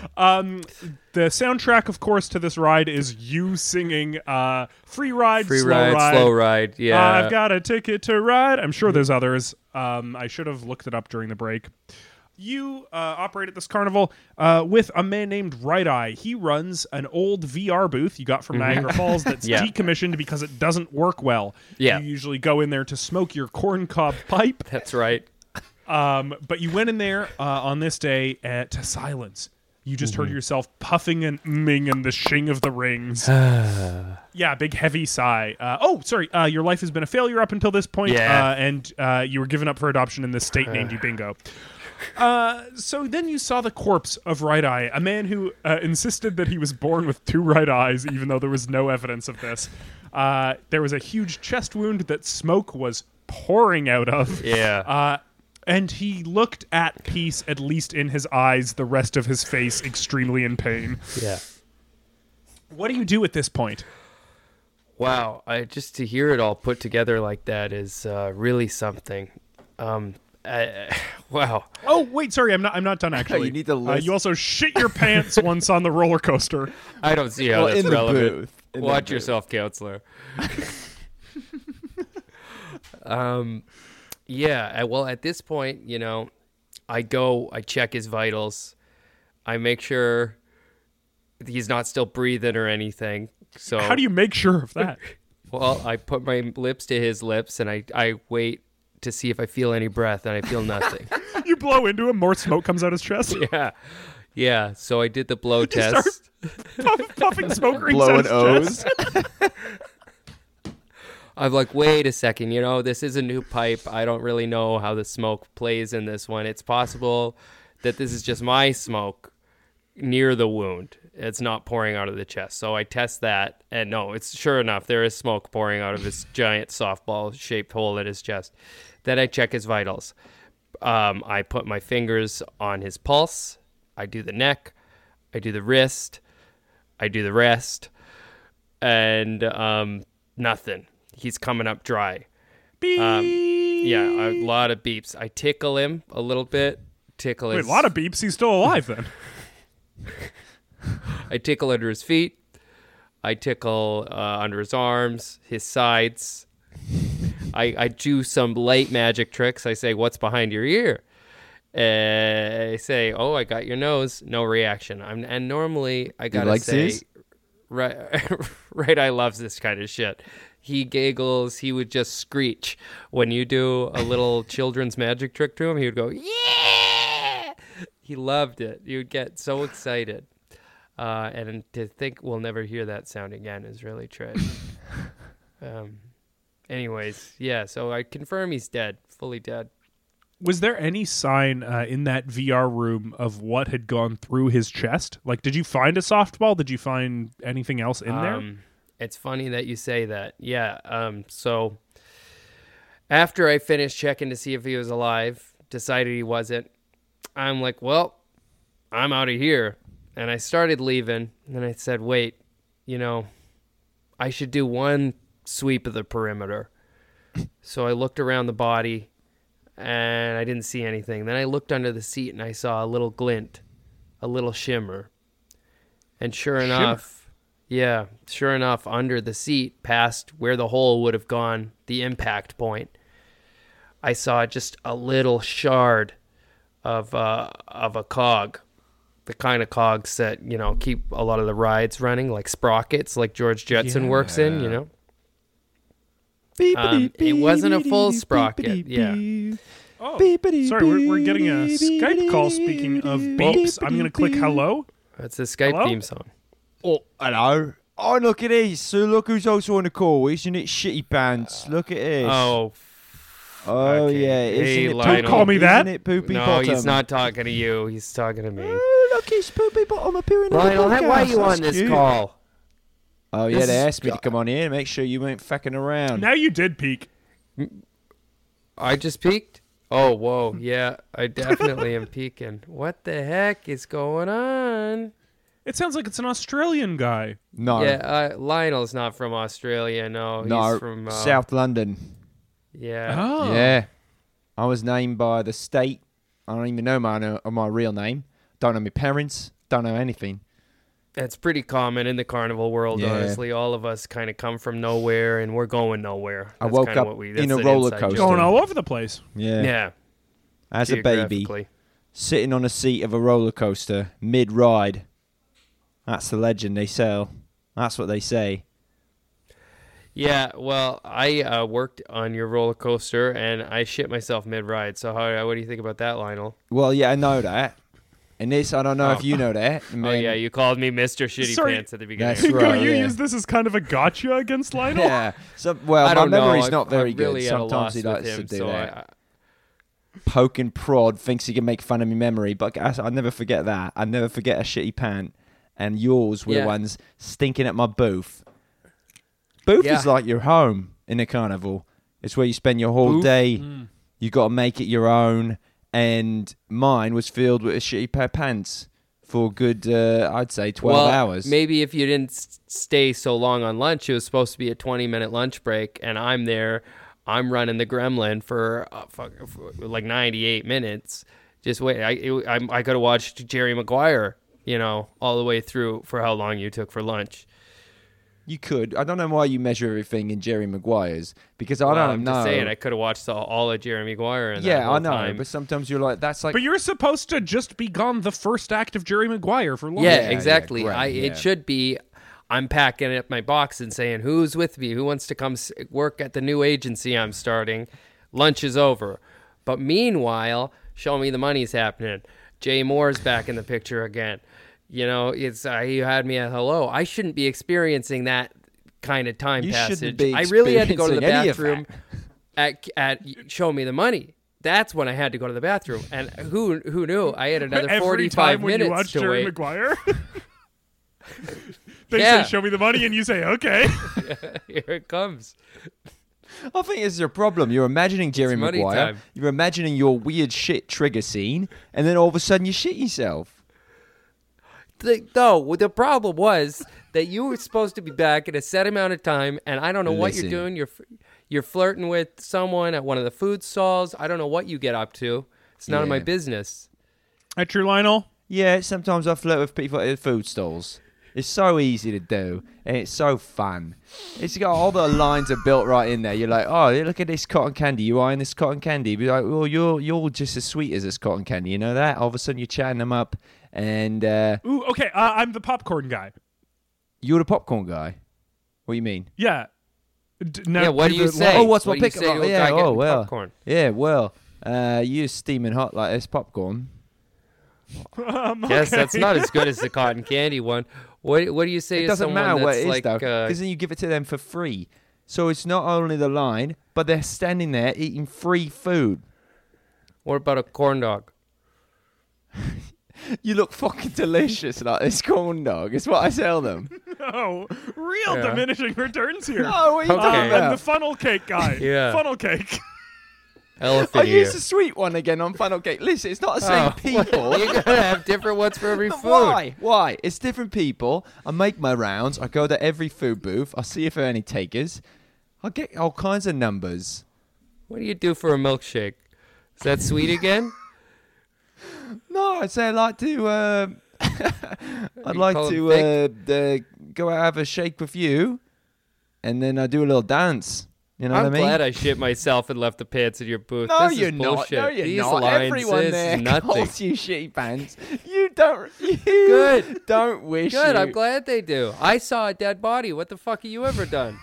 the soundtrack, of course, to this ride is you singing uh, "Free Ride,
Free
Slow
ride,
Ride." Uh,
slow ride. Yeah,
I've got a ticket to ride. I'm sure there's others. Um, I should have looked it up during the break. You uh, operate at this carnival uh, with a man named Right Eye. He runs an old VR booth you got from Niagara Falls that's
Mm-hmm. Yeah.
decommissioned because it doesn't work well.
Yeah.
You usually go in there to smoke your corn cob pipe.
that's right.
Um, but you went in there uh, on this day uh to silence. You just heard yourself puffing and mming in the shing of the rings. yeah, big heavy sigh. Uh, oh, sorry. Uh, your life has been a failure up until this point,
Yeah.
uh, and uh, you were given up for adoption in this state named you Bingo. Uh, so then you saw the corpse of Right Eye, a man who uh, insisted that he was born with two right eyes, even though there was no evidence of this. Uh, there was a huge chest wound that smoke was pouring out of.
Yeah.
Uh, and he looked at peace, at least in his eyes, the rest of his face extremely in pain.
yeah.
What do you do at this point?
Wow, I just to hear it all put together like that is uh, really something. Um, I, wow.
Oh, wait, sorry, I'm not. I'm not done. Actually,
You need to
Uh,
list-
you also shit your pants once on the roller coaster.
I don't see how
Well,
that's
in the
relevant.
booth. In the
Watch
booth.
yourself, counselor. um, yeah. I- Well, at this point, you know, I go, I check his vitals, I make sure he's not still breathing or anything. So
How do you make sure of that?
Well, I put my lips to his lips and I I wait to see if I feel any breath, and I feel nothing.
You blow into him, more smoke comes out his chest.
yeah, yeah. So I did the blow
start-
test.
Puff- puffing smoke rings out
Blowing
his chest.
O's.
I'm like, wait a second, you know, this is a new pipe. I don't really know how the smoke plays in this one. It's possible that this is just my smoke near the wound. It's not pouring out of the chest. So I test that, and no, it's sure enough, there is smoke pouring out of this giant softball shaped hole in his chest. Then I check his vitals. Um, I put my fingers on his pulse. I do the neck. I do the wrist. I do the rest and um, nothing. He's coming up dry.
Um,
Yeah, a lot of beeps. I tickle him a little bit. Tickle
Wait,
his,
a lot of beeps. He's still alive then.
I tickle under his feet. I tickle uh, under his arms, his sides. I, I do some light magic tricks. I say, "What's behind your ear?" Uh, I say, "Oh, I got your nose." No reaction. I'm and normally I gotta
like
say,
these?
right, right. I loves this kind of shit. He giggles. He would just screech when you do a little children's magic trick to him. He would go, "Yeah!" He loved it. He would get so excited. Uh, and to think we'll never hear that sound again is really tragic. um, anyways, yeah, so I confirm he's dead, fully dead.
Was there any sign uh, in that VR room of what had gone through his chest? Like, did you find a softball? Did you find anything else in there?
Um, it's funny that you say that. Yeah. Um, so after I finished checking to see if he was alive, decided he wasn't, I'm like, well, I'm out of here. And I started leaving. And I said, wait, you know, I should do one sweep of the perimeter. So I looked around the body and I didn't see anything. Then I looked under the seat and I saw a little glint, a little shimmer. And sure enough, yeah, sure enough, under the seat, past where the hole would have gone, the impact point, I saw just a little shard of uh, of a cog, the kind of cogs that you know keep a lot of the rides running, like sprockets, like George Jetson works in, you know. Um, it wasn't a full sprocket, yeah.
Oh, sorry, we're, we're getting a Skype call. Speaking of beeps, I'm going to click hello.
That's the Skype
Hello?
theme song.
Oh, hello. Oh, look at this. So look who's also on the call. Isn't it Shitty Pants? Look at this.
Oh,
Oh,
fucking-
yeah.
hey,
Isn't it
Lionel.
Poopy-
Don't call me
isn't
that.
it Poopy
no,
Bottom?
he's not talking to you. He's talking to me.
Oh, look, it's Poopy Bottom appearing on the
Lionel,
podcast.
why are you on
That's
this
cute.
call?
Oh, yeah,
This
they
is-
asked me to come on here and make sure you weren't fucking around.
Now you did peek.
I just peeked. Oh, whoa. Yeah, I definitely am peeking. What the heck is going on?
It sounds like it's an Australian guy.
No.
Yeah, uh, Lionel's not from Australia. No,
no,
he's from uh, Oh.
South London.
Yeah.
Oh.
Yeah. I was named by the state. I don't even know my, no- my real name. Don't know my parents. Don't know anything.
That's pretty common in the carnival world,
Yeah.
honestly. All of us kind of come from nowhere and we're going nowhere.
I
That's
woke
kinda
up
what we,
in
that's
a
an
roller
inside joke.
coaster.
Going all over the place.
Yeah.
Yeah.
As a baby.
geographically.
sitting on a seat of a roller coaster mid ride. That's the legend they sell. That's what they say.
Yeah, well, I uh, worked on your roller coaster and I shit myself mid ride. So, how, what do you think about that, Lionel?
Well, yeah, I know that. And this, I don't know if
Oh.
you know that. I
Oh,
mean,
yeah, you called me Mr. Shitty
Sorry.
Pants at the beginning.
That's
Bingo,
right,
you
yeah.
use this as kind of a gotcha against Lionel?
yeah. So, well,
I
my
don't know.
memory's
I'm-
not very
I'm really
good.
at a
Sometimes he
loss
likes
with
to
him,
do
so
that.
I-
Poke and prod thinks he can make fun of my memory, but I, I never forget that. I never forget a shitty pant. And yours were
Yeah.
the ones stinking at my booth. Booth
Yeah.
is like your home in a carnival. It's where you spend your whole
Booth? Hmm.
day. You got to make it your own. And mine was filled with a shitty pair of pants for a good, uh, I'd say, 12
well,
hours.
Maybe if you didn't s- stay so long on lunch, it was supposed to be a 20 minute lunch break, and I'm there. I'm running the gremlin for, uh, fuck, for like 98 minutes. Just wait. I, it, I'm- I could have watched Jerry Maguire, you know, all the way through for how long you took for lunch.
you could. I don't know why you measure everything in Jerry Maguire's because I
Well,
don't
I'm
know.
just saying, I could have watched the, all of Jeremy Maguire. In that
Oh, yeah,
whole
I know.
Time.
But sometimes you're like, that's like.
But you're supposed to just be gone the first act of Jerry Maguire for long.
yeah,
yeah,
exactly.
great,
I
yeah.
it should be. I'm packing up my box and saying, "Who's with me? Who wants to come s- work at the new agency I'm starting?" Lunch is over, but meanwhile, show me the money's happening. Jay Moore's back in the picture again. You know, it's uh, you had me at hello. I shouldn't be experiencing that kind of time
You shouldn't
passage.
be
I really had to go to the
experiencing any of
bathroom at at show me the money. That's when I had to go to the bathroom, and who who knew I had another
Every
forty
time
five
when
minutes
you watch
to
Jerry
wait.
Maguire, they
Yeah.
say, "Show me the money," and you say, "Okay."
Here it comes.
I think this is your problem. You're imagining Jerry
It's money
Maguire.
time.
You're imagining your weird shit trigger scene, and then all of a sudden you shit yourself.
The, no, the problem was that you were supposed to be back in a set amount of time, and I don't know what you're
Listen.
doing. You're f- you're flirting with someone at one of the food stalls. I don't know what you get up to. It's none of my
Yeah.
business.
At your Lionel,
Yeah, sometimes I flirt with people at food stalls. It's so easy to do, and it's so fun. It's got all the lines are built right in there. You're like, oh, look at this cotton candy. You eyeing this cotton candy? Be like, well, you're you're just as sweet as this cotton candy. You know that? All of a sudden, you're chatting them up, and uh,
ooh, okay, uh, I'm the popcorn guy.
you're the popcorn guy. What do you mean?
Yeah. D- now,
yeah, what do you
the-
say?
oh, what's my
What do you
pick?
say to a
yeah,
guy
oh
getting
well.
popcorn?
Yeah, well, uh, you're steaming hot like this popcorn.
Um,
Yes, that's
okay.
not as good as the cotton candy one. What What do you say
It
to
doesn't
someone
matter
that's
what it is
like?
though,
uh,
because then you give it to them for free. So it's not only the line, but they're standing there eating free food.
what about a corn dog?
You look fucking delicious like this corn dog. It's what I tell them.
No, real
Yeah.
diminishing returns here.
No, what are you
Okay.
talking
Um, I'm
about?
the funnel cake guy.
Yeah.
Funnel cake.
I
Elephant ear.
used the sweet one again on Funnel Cake. Listen, it's not the same people.
You're gonna have different ones for every food.
Why? Why? It's different people. I make my rounds. I go to every food booth. I see if there are any takers. I get all kinds of numbers.
What do you do for a milkshake? Is that sweet again?
No, I'd say I'd like to. Uh, I'd
You
like
call
to uh, uh, go out have a shake with you, and then I do a little dance. You know
I'm
what I mean?
glad I shit myself and left the pants in your booth.
no,
This is
you're not.
bullshit.
No, you're
These
not.
lines
Everyone
is
there
nothing.
calls you shitty pants. You don't. You
Good.
Don't wish.
Good.
you-
I'm glad they do. I saw a dead body. What the fuck have you ever done?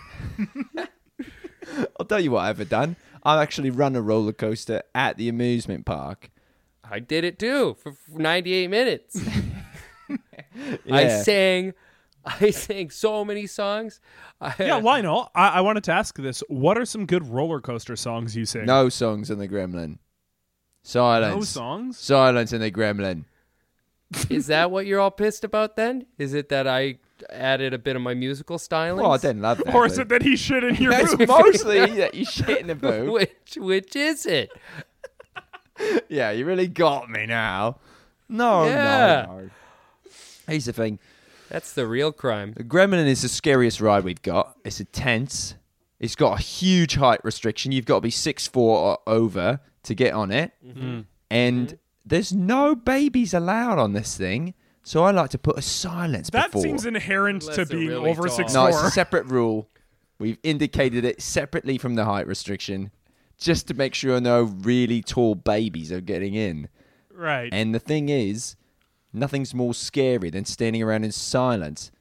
I'll tell you what I've ever done. I've actually run a roller coaster at the amusement park.
I did it too for f- 98 minutes. I
Yeah.
sang, I sang so many songs. I,
yeah, Lionel, I-, I wanted to ask this. What are some good roller coaster songs you sing?
No songs in the Gremlin.
No
Silence.
songs?
Silence in the Gremlin.
is that what you're all pissed about then? Is it that I added a bit of my musical styling?
Well, I didn't love that.
Or is
but-
it that he shit in your
That's
booth?
mostly that you shit in the boot.
Which which is it?
Yeah, you really got me now. No,
Yeah.
no, no. Here's the thing.
That's the real crime.
The Gremlin is the scariest ride we've got. It's intense. It's got a huge height restriction. You've got to be six four or over to get on it.
Mm-hmm.
And there's no babies allowed on this thing. So I like to put a silence
That
before.
seems inherent
Unless
to
they're
being
really
over
tall.
six
no, it's
four.
a separate rule. We've indicated it separately from the height restriction just to make sure no really tall babies are getting in.
right.
And the thing is, nothing's more scary than standing around in silence.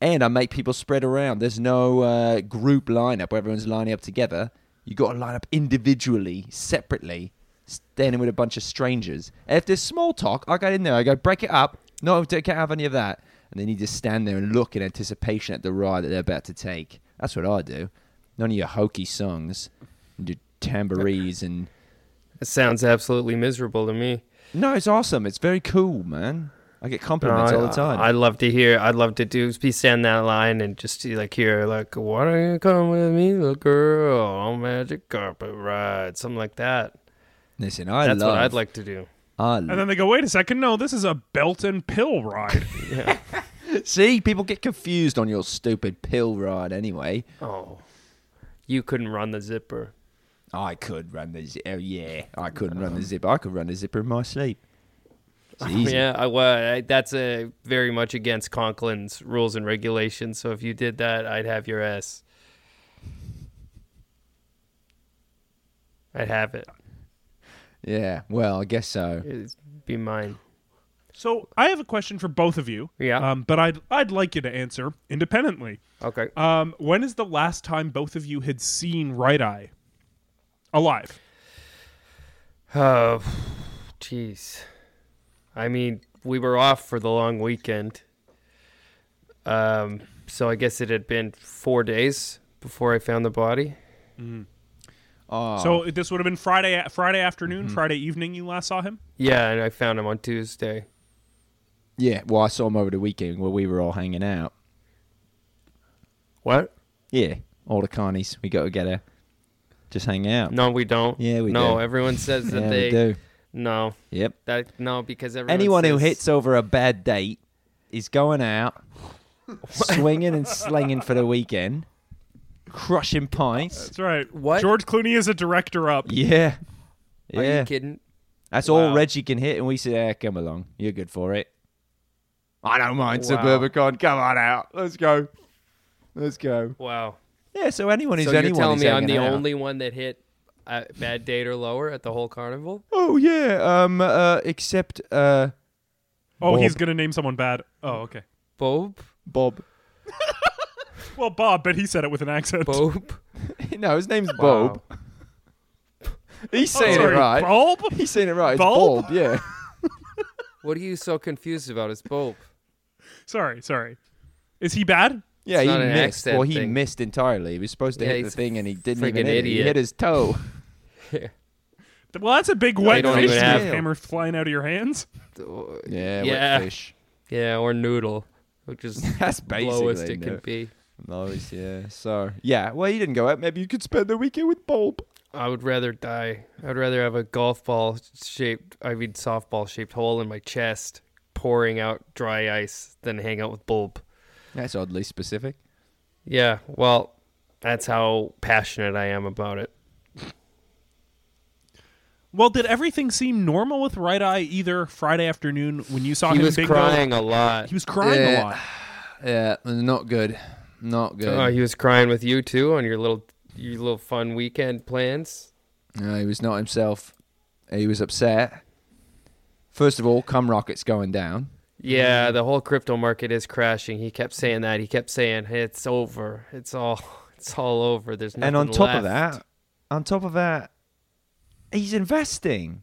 And I make people spread around. There's no uh, group lineup where everyone's lining up together. You got to line up individually, separately, standing with a bunch of strangers. And if there's small talk, I get in there. I go break it up. No, don't can't have any of that. And then you just stand there and look in anticipation at the ride that they're about to take. That's what I do. None of your hokey songs, and your tambourines and
It sounds absolutely miserable to me.
no, it's awesome. It's very cool, man. I get compliments all the time.
I'd love to hear. I'd love to do be stand that line and just see, like hear like, "Why don't you come with me, little girl, on magic carpet ride?" Something like that.
Listen, I
That's
love.
what I'd like to do.
I
and
love.
then they go, wait a second, no, this is a belt and pill ride.
See, people get confused on your stupid pill ride. Anyway,
Oh, you couldn't run the zipper.
I could run the. Zi- oh yeah, I couldn't
Uh-huh.
run the zipper. I could run the zipper in my sleep. It's easy.
Oh, Yeah, I was. That's a very much against Conklin's rules and regulations. So if you did that, I'd have your ass. I'd have it.
Yeah, Well, I guess so.
It'd be mine.
so I have a question for both of you.
Yeah.
Um, but I'd I'd like you to answer independently.
Okay.
Um, when is the last time both of you had seen Right Eye alive?
Oh, jeez. I mean, we were off for the long weekend. Um, so I guess it had been four days before I found the body.
Oh, Mm-hmm.
So this would have been Friday Friday afternoon, Friday evening. You last saw him.
Yeah, and I found him on Tuesday.
yeah. Well, I saw him over the weekend where we were all hanging out.
What?
Yeah, all the carnies. We got together, just hang out.
No, we don't.
Yeah, we
no,
do.
everyone says that
yeah,
they
we do.
no
Yep.
that no because everyone
Anyone who
says-
hits over a bad date is going out, swinging and slinging for the weekend, crushing pints.
That's right.
What?
George Clooney is a director up.
Yeah.
Are
Yeah.
you kidding?
That's all
Wow.
Reggie can hit, and we say, "Yeah, come along. You're good for it. I don't mind
Wow.
Suburbicon. Come on out. Let's go. Let's go.
Wow.
Yeah, so anyone who's
so
anyone
you're telling
is
me I'm
hanging
the
out.
only one that hit uh, bad date or lower at the whole carnival?
Oh yeah. Um uh except uh
Oh,
Bob.
he's gonna name someone bad. Oh, okay.
Bob,
Bob.
Well, Bob, but he said it with an accent.
Bob.
no, his name's
Wow.
Bob. He's
Oh,
saying
sorry,
it right.
Bob.
He's saying it right. It's
Bulb?
Bob, yeah.
What are you so confused about? It's Bope.
Sorry, sorry. Is he bad?
Yeah,
It's
he
not an
missed.
accent
Well, he
thing.
missed entirely. He was supposed to
Yeah,
hit the
he's a
thing, and he didn't
friggin'
even hit it. He
idiot.
hit his toe.
Th- Well, that's a big wet
don't
fish
even
with
have-
a hammer flying out of your hands.
Yeah,
Yeah.
wet fish.
Yeah, or noodle, which is
That's
the lowest
basically
it can
no-
be.
Lois, yeah. So yeah, well, he didn't go out. Maybe you could spend the weekend with Bulb.
I would rather die. I'd rather have a golf ball shaped, I mean, softball shaped hole in my chest pouring out dry ice than hang out with Bulb.
That's oddly specific.
Yeah, well, that's how passionate I am about it.
Well, did everything seem normal with Right Eye either Friday afternoon when you saw
He
him
was
bingo?
crying a lot.
He was crying a
Yeah.
lot.
Yeah, not good. Not good.
Oh, he was crying with you too on your little your little fun weekend plans.
No, he was not himself. He was upset. First of all, cum rockets going down. Mm-hmm.
Yeah, the whole crypto market is crashing. He kept saying that. He kept saying it's over. It's all it's all over. There's nothing
and on top of
left."
that, on top of that, he's investing,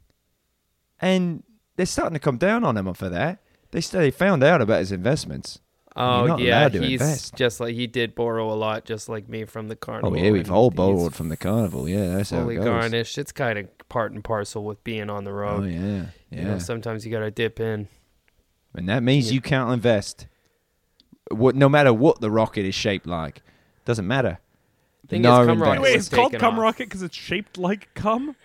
and they're starting to come down on him for that. They st- they found out about his investments.
Oh
You're not
yeah,
allowed to
he's
invest.
just like he did borrow a lot, just like me from the carnival.
Oh yeah, we've
and
all
he's
borrowed from the carnival. Yeah, that's how it
Fully
goes.
garnished. It's kind of part and parcel with being on the
Oh
road.
yeah, yeah.
You know, sometimes you gotta dip in.
and that means
Yeah.
you can't invest. What, no matter what the rocket is shaped like, doesn't matter.
Thing
No
is, cum rocket
That
Wait,
was
it's called
taken
cum
off.
rocket because it's shaped like cum.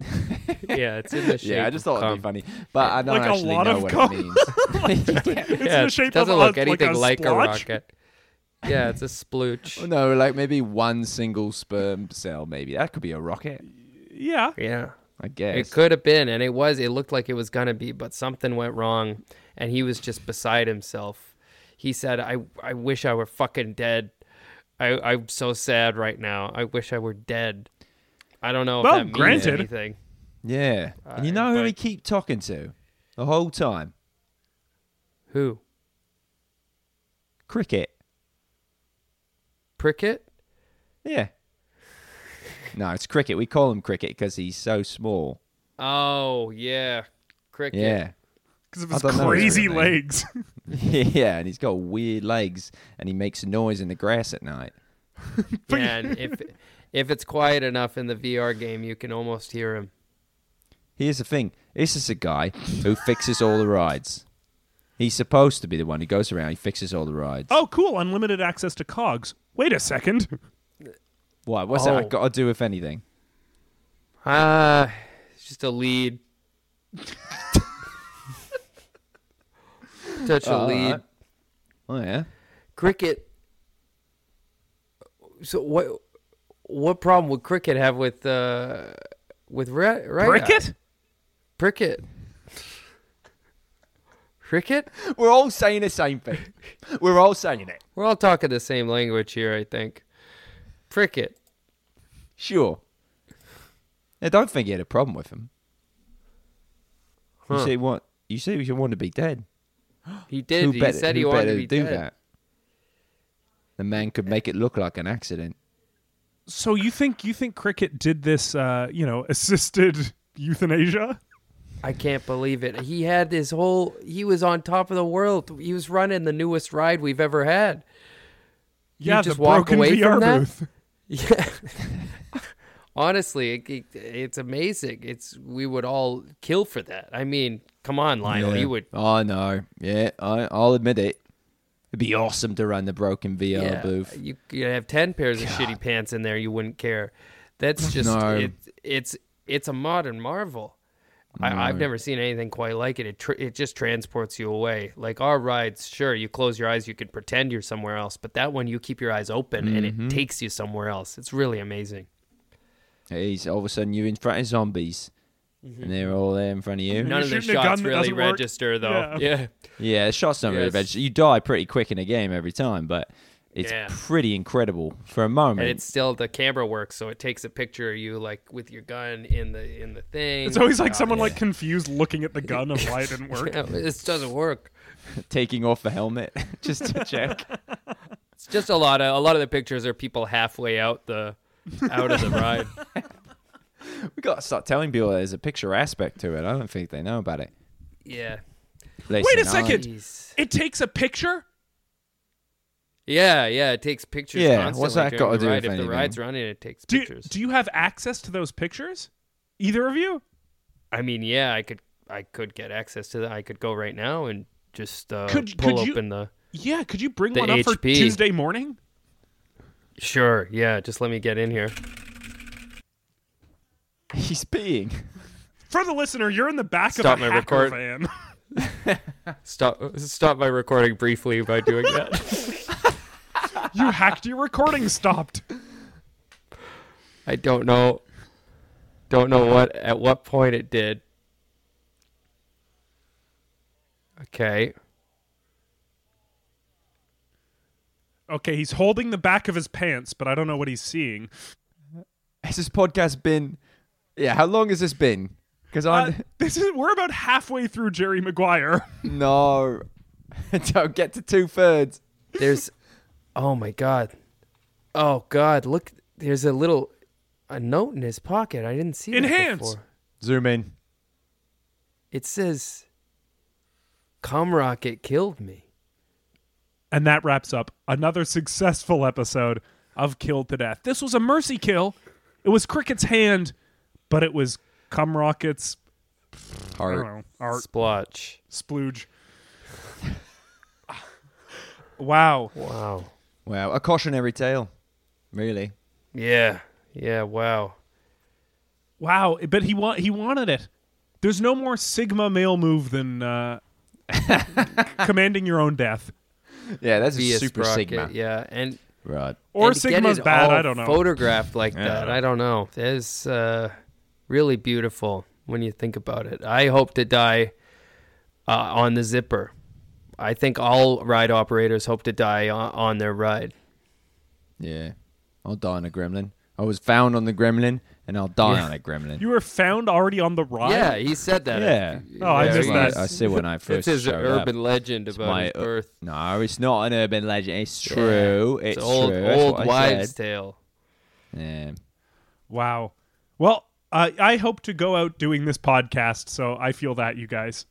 Yeah, it's in the shape.
Yeah, I just thought
of
it'd be funny, but I don't
Like a
actually
lot
know
of
what
cum.
it means.
It's
yeah,
in
it
the shape
doesn't
of
look
a,
anything
like
like
a,
a,
splotch.
rocket. Yeah, it's a splooch.
Well, no, like maybe one single sperm cell. Maybe that could be a rocket.
Yeah,
Yeah.
I guess
It could have been, and it was. It looked like it was gonna be, but something went wrong, and he was just beside himself. He said, "I I wish I were fucking dead. I I'm so sad right now. I wish I were dead. I don't know if
Well,
that means
granted.
anything.
Yeah, and you know who
but-
we keep talking to the whole time?
Who
Cricket.
Prickett?
Yeah. No, it's cricket. We call him cricket because he's so small.
Oh yeah, cricket.
Yeah.
because of
I
his
don't know his
crazy
real name.
legs.
yeah, and he's got weird legs and he makes a noise in the grass at night.
And if if it's quiet enough in the VR game, you can almost hear him.
Here's the thing. This is a guy who fixes all the rides. He's supposed to be the one who goes around, he fixes all the rides.
oh, cool! Unlimited access to cogs. Wait a second.
Why? What's that
Oh.
I gotta do if anything?
Ah, it's just a lead. Touch a lead.
Alright. Oh yeah.
Cricket. So what? What problem would cricket have with uh with right?
Cricket?
Cricket. Cricket.
We're all saying the same thing. We're all saying it.
We're all talking the same language here, I think. Cricket.
Sure. I don't think he had a problem with him. You
Huh.
say what? You say you want to be dead.
He did. he
better-
said he
who
wanted
better
to be
do
dead.
that? The man could make it look like an accident.
So you think you think cricket did this? Uh, you know, assisted euthanasia.
I can't believe it. He had this whole. He was on top of the world. He was running the newest ride we've ever had. You
yeah,
just
the
walk
broken
away
VR
from that?
booth.
Yeah. Honestly, it, it- it's amazing. It's we would all kill for that. I mean, come on, Lionel.
Yeah.
You would.
Oh no. Yeah, I, I'll admit it. It'd be awesome to run the broken VR
Yeah,
booth.
you you have ten pairs of shitty pants in there. You wouldn't care. That's just
No.
it, it's it's a modern marvel. I, I've never seen anything quite like it. It tr it just transports you away. Like our rides, sure, you close your eyes, you can pretend you're somewhere else, but that one you keep your eyes open and
Mm-hmm.
it takes you somewhere else. It's really amazing.
He's all of a sudden you're in front of zombies,
Mm-hmm.
and they're all there in front of you.
No.
None of
you're
the
shooting a gun
shots
that
really
doesn't work.
register though.
Yeah.
yeah.
Yeah, the shots don't really
Yes.
register. You die pretty quick in a game every time, but it's
Yeah.
pretty incredible for a moment.
and it's still the camera works, so it takes a picture of you like with your gun in the in the thing.
It's always like someone like confused looking at the gun of why it didn't work.
Yeah, this doesn't work.
taking off the helmet just to check.
It's just a lot of a lot of the pictures are people halfway out the out of the ride.
we got to start telling people there's a picture aspect to it. I don't think they know about it.
Yeah.
They
Wait a
sent on-
second.
Jeez.
It takes a picture?
Yeah, yeah, it takes pictures.
Yeah,
constantly
what's that
during
gotta
the
do
ride.
with
If the
anything?
ride's running, it takes
Do,
pictures.
do you have access to those pictures? Either of you?
I mean, yeah, I could, I could get access to that. I could go right now and just uh,
Could-
pull
could you-
open the.
Yeah, could you bring
The
one up for
HP.
Tuesday morning?
Sure, yeah, just let me get in here.
He's peeing.
For the listener, you're in the back
Stop
of
my
a hacker
record.
van.
Stop, stop my recording briefly by doing that.
you hacked your recording stopped.
I don't know, don't know what at what point it did. Okay.
Okay, he's holding the back of his pants, but I don't know what he's seeing.
Has this podcast been? Yeah, how long has this been? Because
Uh,
on
this is we're about halfway through Jerry Maguire.
no, don't get to two thirds.
There's, oh my god, oh god, look. There's a little, a note in his pocket. I didn't see that
Enhance.
before.
Zoom in.
It says, "Cum rocket killed me."
And that wraps up another successful episode of Killed to Death. This was a mercy kill. It was Cricket's hand, but it was Cum Rocket's I don't
Heart.
know, art
Splotch.
splooge. wow.
Wow.
Wow, a cautionary tale, really.
Yeah. Yeah. Wow.
Wow, but he wa- he wanted it. There's no more sigma male move than uh, commanding your own death.
Yeah, that's
Be
a
a
super
sprocket,
sigma.
Yeah. And
Right.
Or
and to get
sigma's
it
bad,
all
I don't know.
Photographed like
Yeah.
that, I don't know. It's uh, really beautiful when you think about it. I hope to die uh, on the zipper. I think all ride operators hope to die on, on their ride.
Yeah. I'll die on a gremlin. I was found on the gremlin, and I'll die on a gremlin.
you were found already on the ride.
Yeah, he said that.
yeah.
Oh, I
Yeah,
missed
he-
that.
I see when I first
It's his
showed up.
urban legend about
my
his
uh,
birth.
No, it's not an urban legend. It's true.
Yeah.
It's,
old
true. That's
old
what I
wives'
said.
tale.
Yeah.
Wow. Well, I I hope to go out doing this podcast, so I feel that you guys.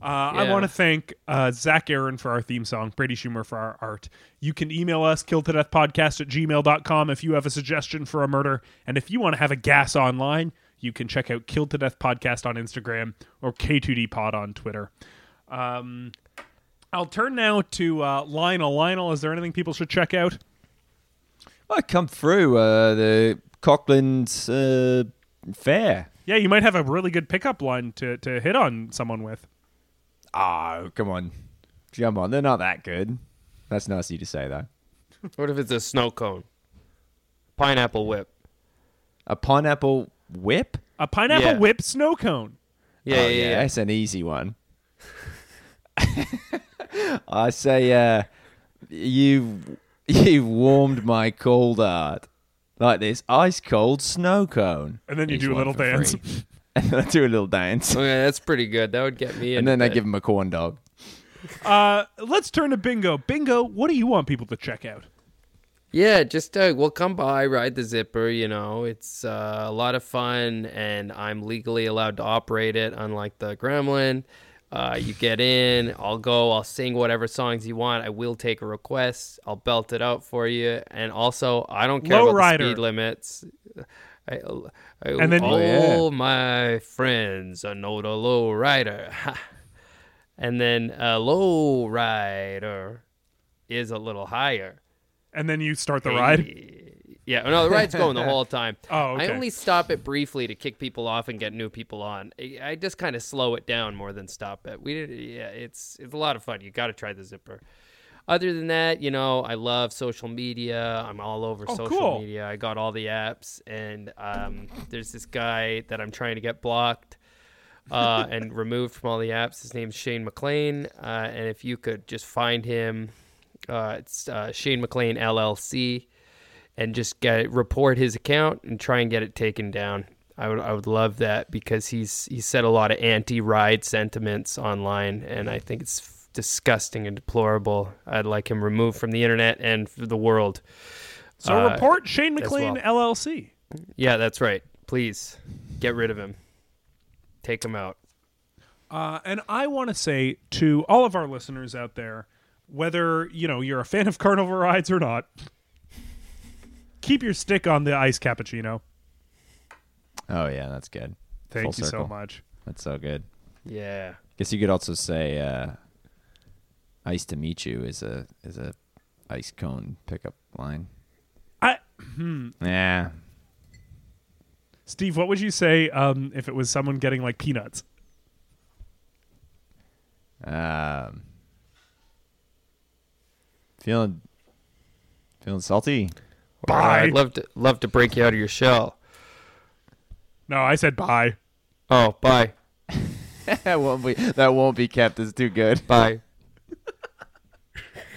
Uh, I
Yeah.
want to thank uh, Zach Aaron for our theme song, Brady Schumer for our art. You can email us, killtodeathpodcast at gmail.com, if you have a suggestion for a murder. And if you want to have a gas online, you can check out Kill to Death Podcast on Instagram or K2D Pod on Twitter. Um, I'll turn now to uh, Lionel. Lionel, is there anything people should check out?
I come through uh, the Cockland's uh, fair.
Yeah, you might have a really good pickup line to, to hit on someone with.
Oh, come on. Come on. They're not that good. That's nice of you to say, though.
What if it's a snow cone? Pineapple whip.
A pineapple whip?
A pineapple
Yeah.
whip snow cone.
Yeah,
Oh,
yeah, yeah.
That's an easy one. I say, uh, you've, you've warmed my cold heart. Like this ice cold snow cone.
And then you
He's
do a
one
little
for
dance.
free. and then I do a little dance.
Okay, that's pretty good. That would get me.
And then I give him a corn dog.
Uh, let's turn to Bingo. Bingo, what do you want people to check out?
Yeah, just uh, well, come by, ride the zipper. You know, it's uh, a lot of fun, and I'm legally allowed to operate it, unlike the Gremlin. Uh, you get in, I'll go, I'll sing whatever songs you want. I will take a request. I'll belt it out for you, and also I don't care
Low
about
rider.
the speed limits. I, I,
And then-
all
Oh,
yeah.
my friends are not a low rider. and then a low rider is a little higher.
And then you start the
uh,
ride.
Yeah, no, the ride's going the whole time.
Oh, okay.
I only stop it briefly to kick people off and get new people on. I, I just kind of slow it down more than stop it. We did, yeah, it's it's a lot of fun. You got to try the zipper. Other than that, you know, I love social media. I'm all over
Oh,
social
cool.
media. I got all the apps, and um, there's this guy that I'm trying to get blocked uh, and removed from all the apps. His name's Shane McLean, uh, and if you could just find him, uh, it's uh, Shane McLean LLC, and just get report his account and try and get it taken down. I would I would love that because he's he said a lot of anti-ride sentiments online, and I think it's f- disgusting and deplorable. I'd like him removed from the internet and f- the world.
So
Uh,
report Shane
as
McLean
well.
LLC.
Yeah, that's right. Please get rid of him. Take him out.
Uh, and I want to say to all of our listeners out there, whether you know you're a fan of carnival rides or not, keep your stick on the ice cappuccino.
Oh yeah, that's good.
Thank
Full
you so
circle.
much.
That's so good.
Yeah.
Guess you could also say uh, "Ice to meet you" is a is a ice cone pickup line.
I,
Yeah,
Steve, what would you say um, if it was someone getting like peanuts?
um, feeling feeling salty.
Or, uh,
Bye.
I'd love to love to break you out of your shell.
No, I said bye.
Oh, bye.
that won't be that won't be kept. It's too good.
Bye.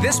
This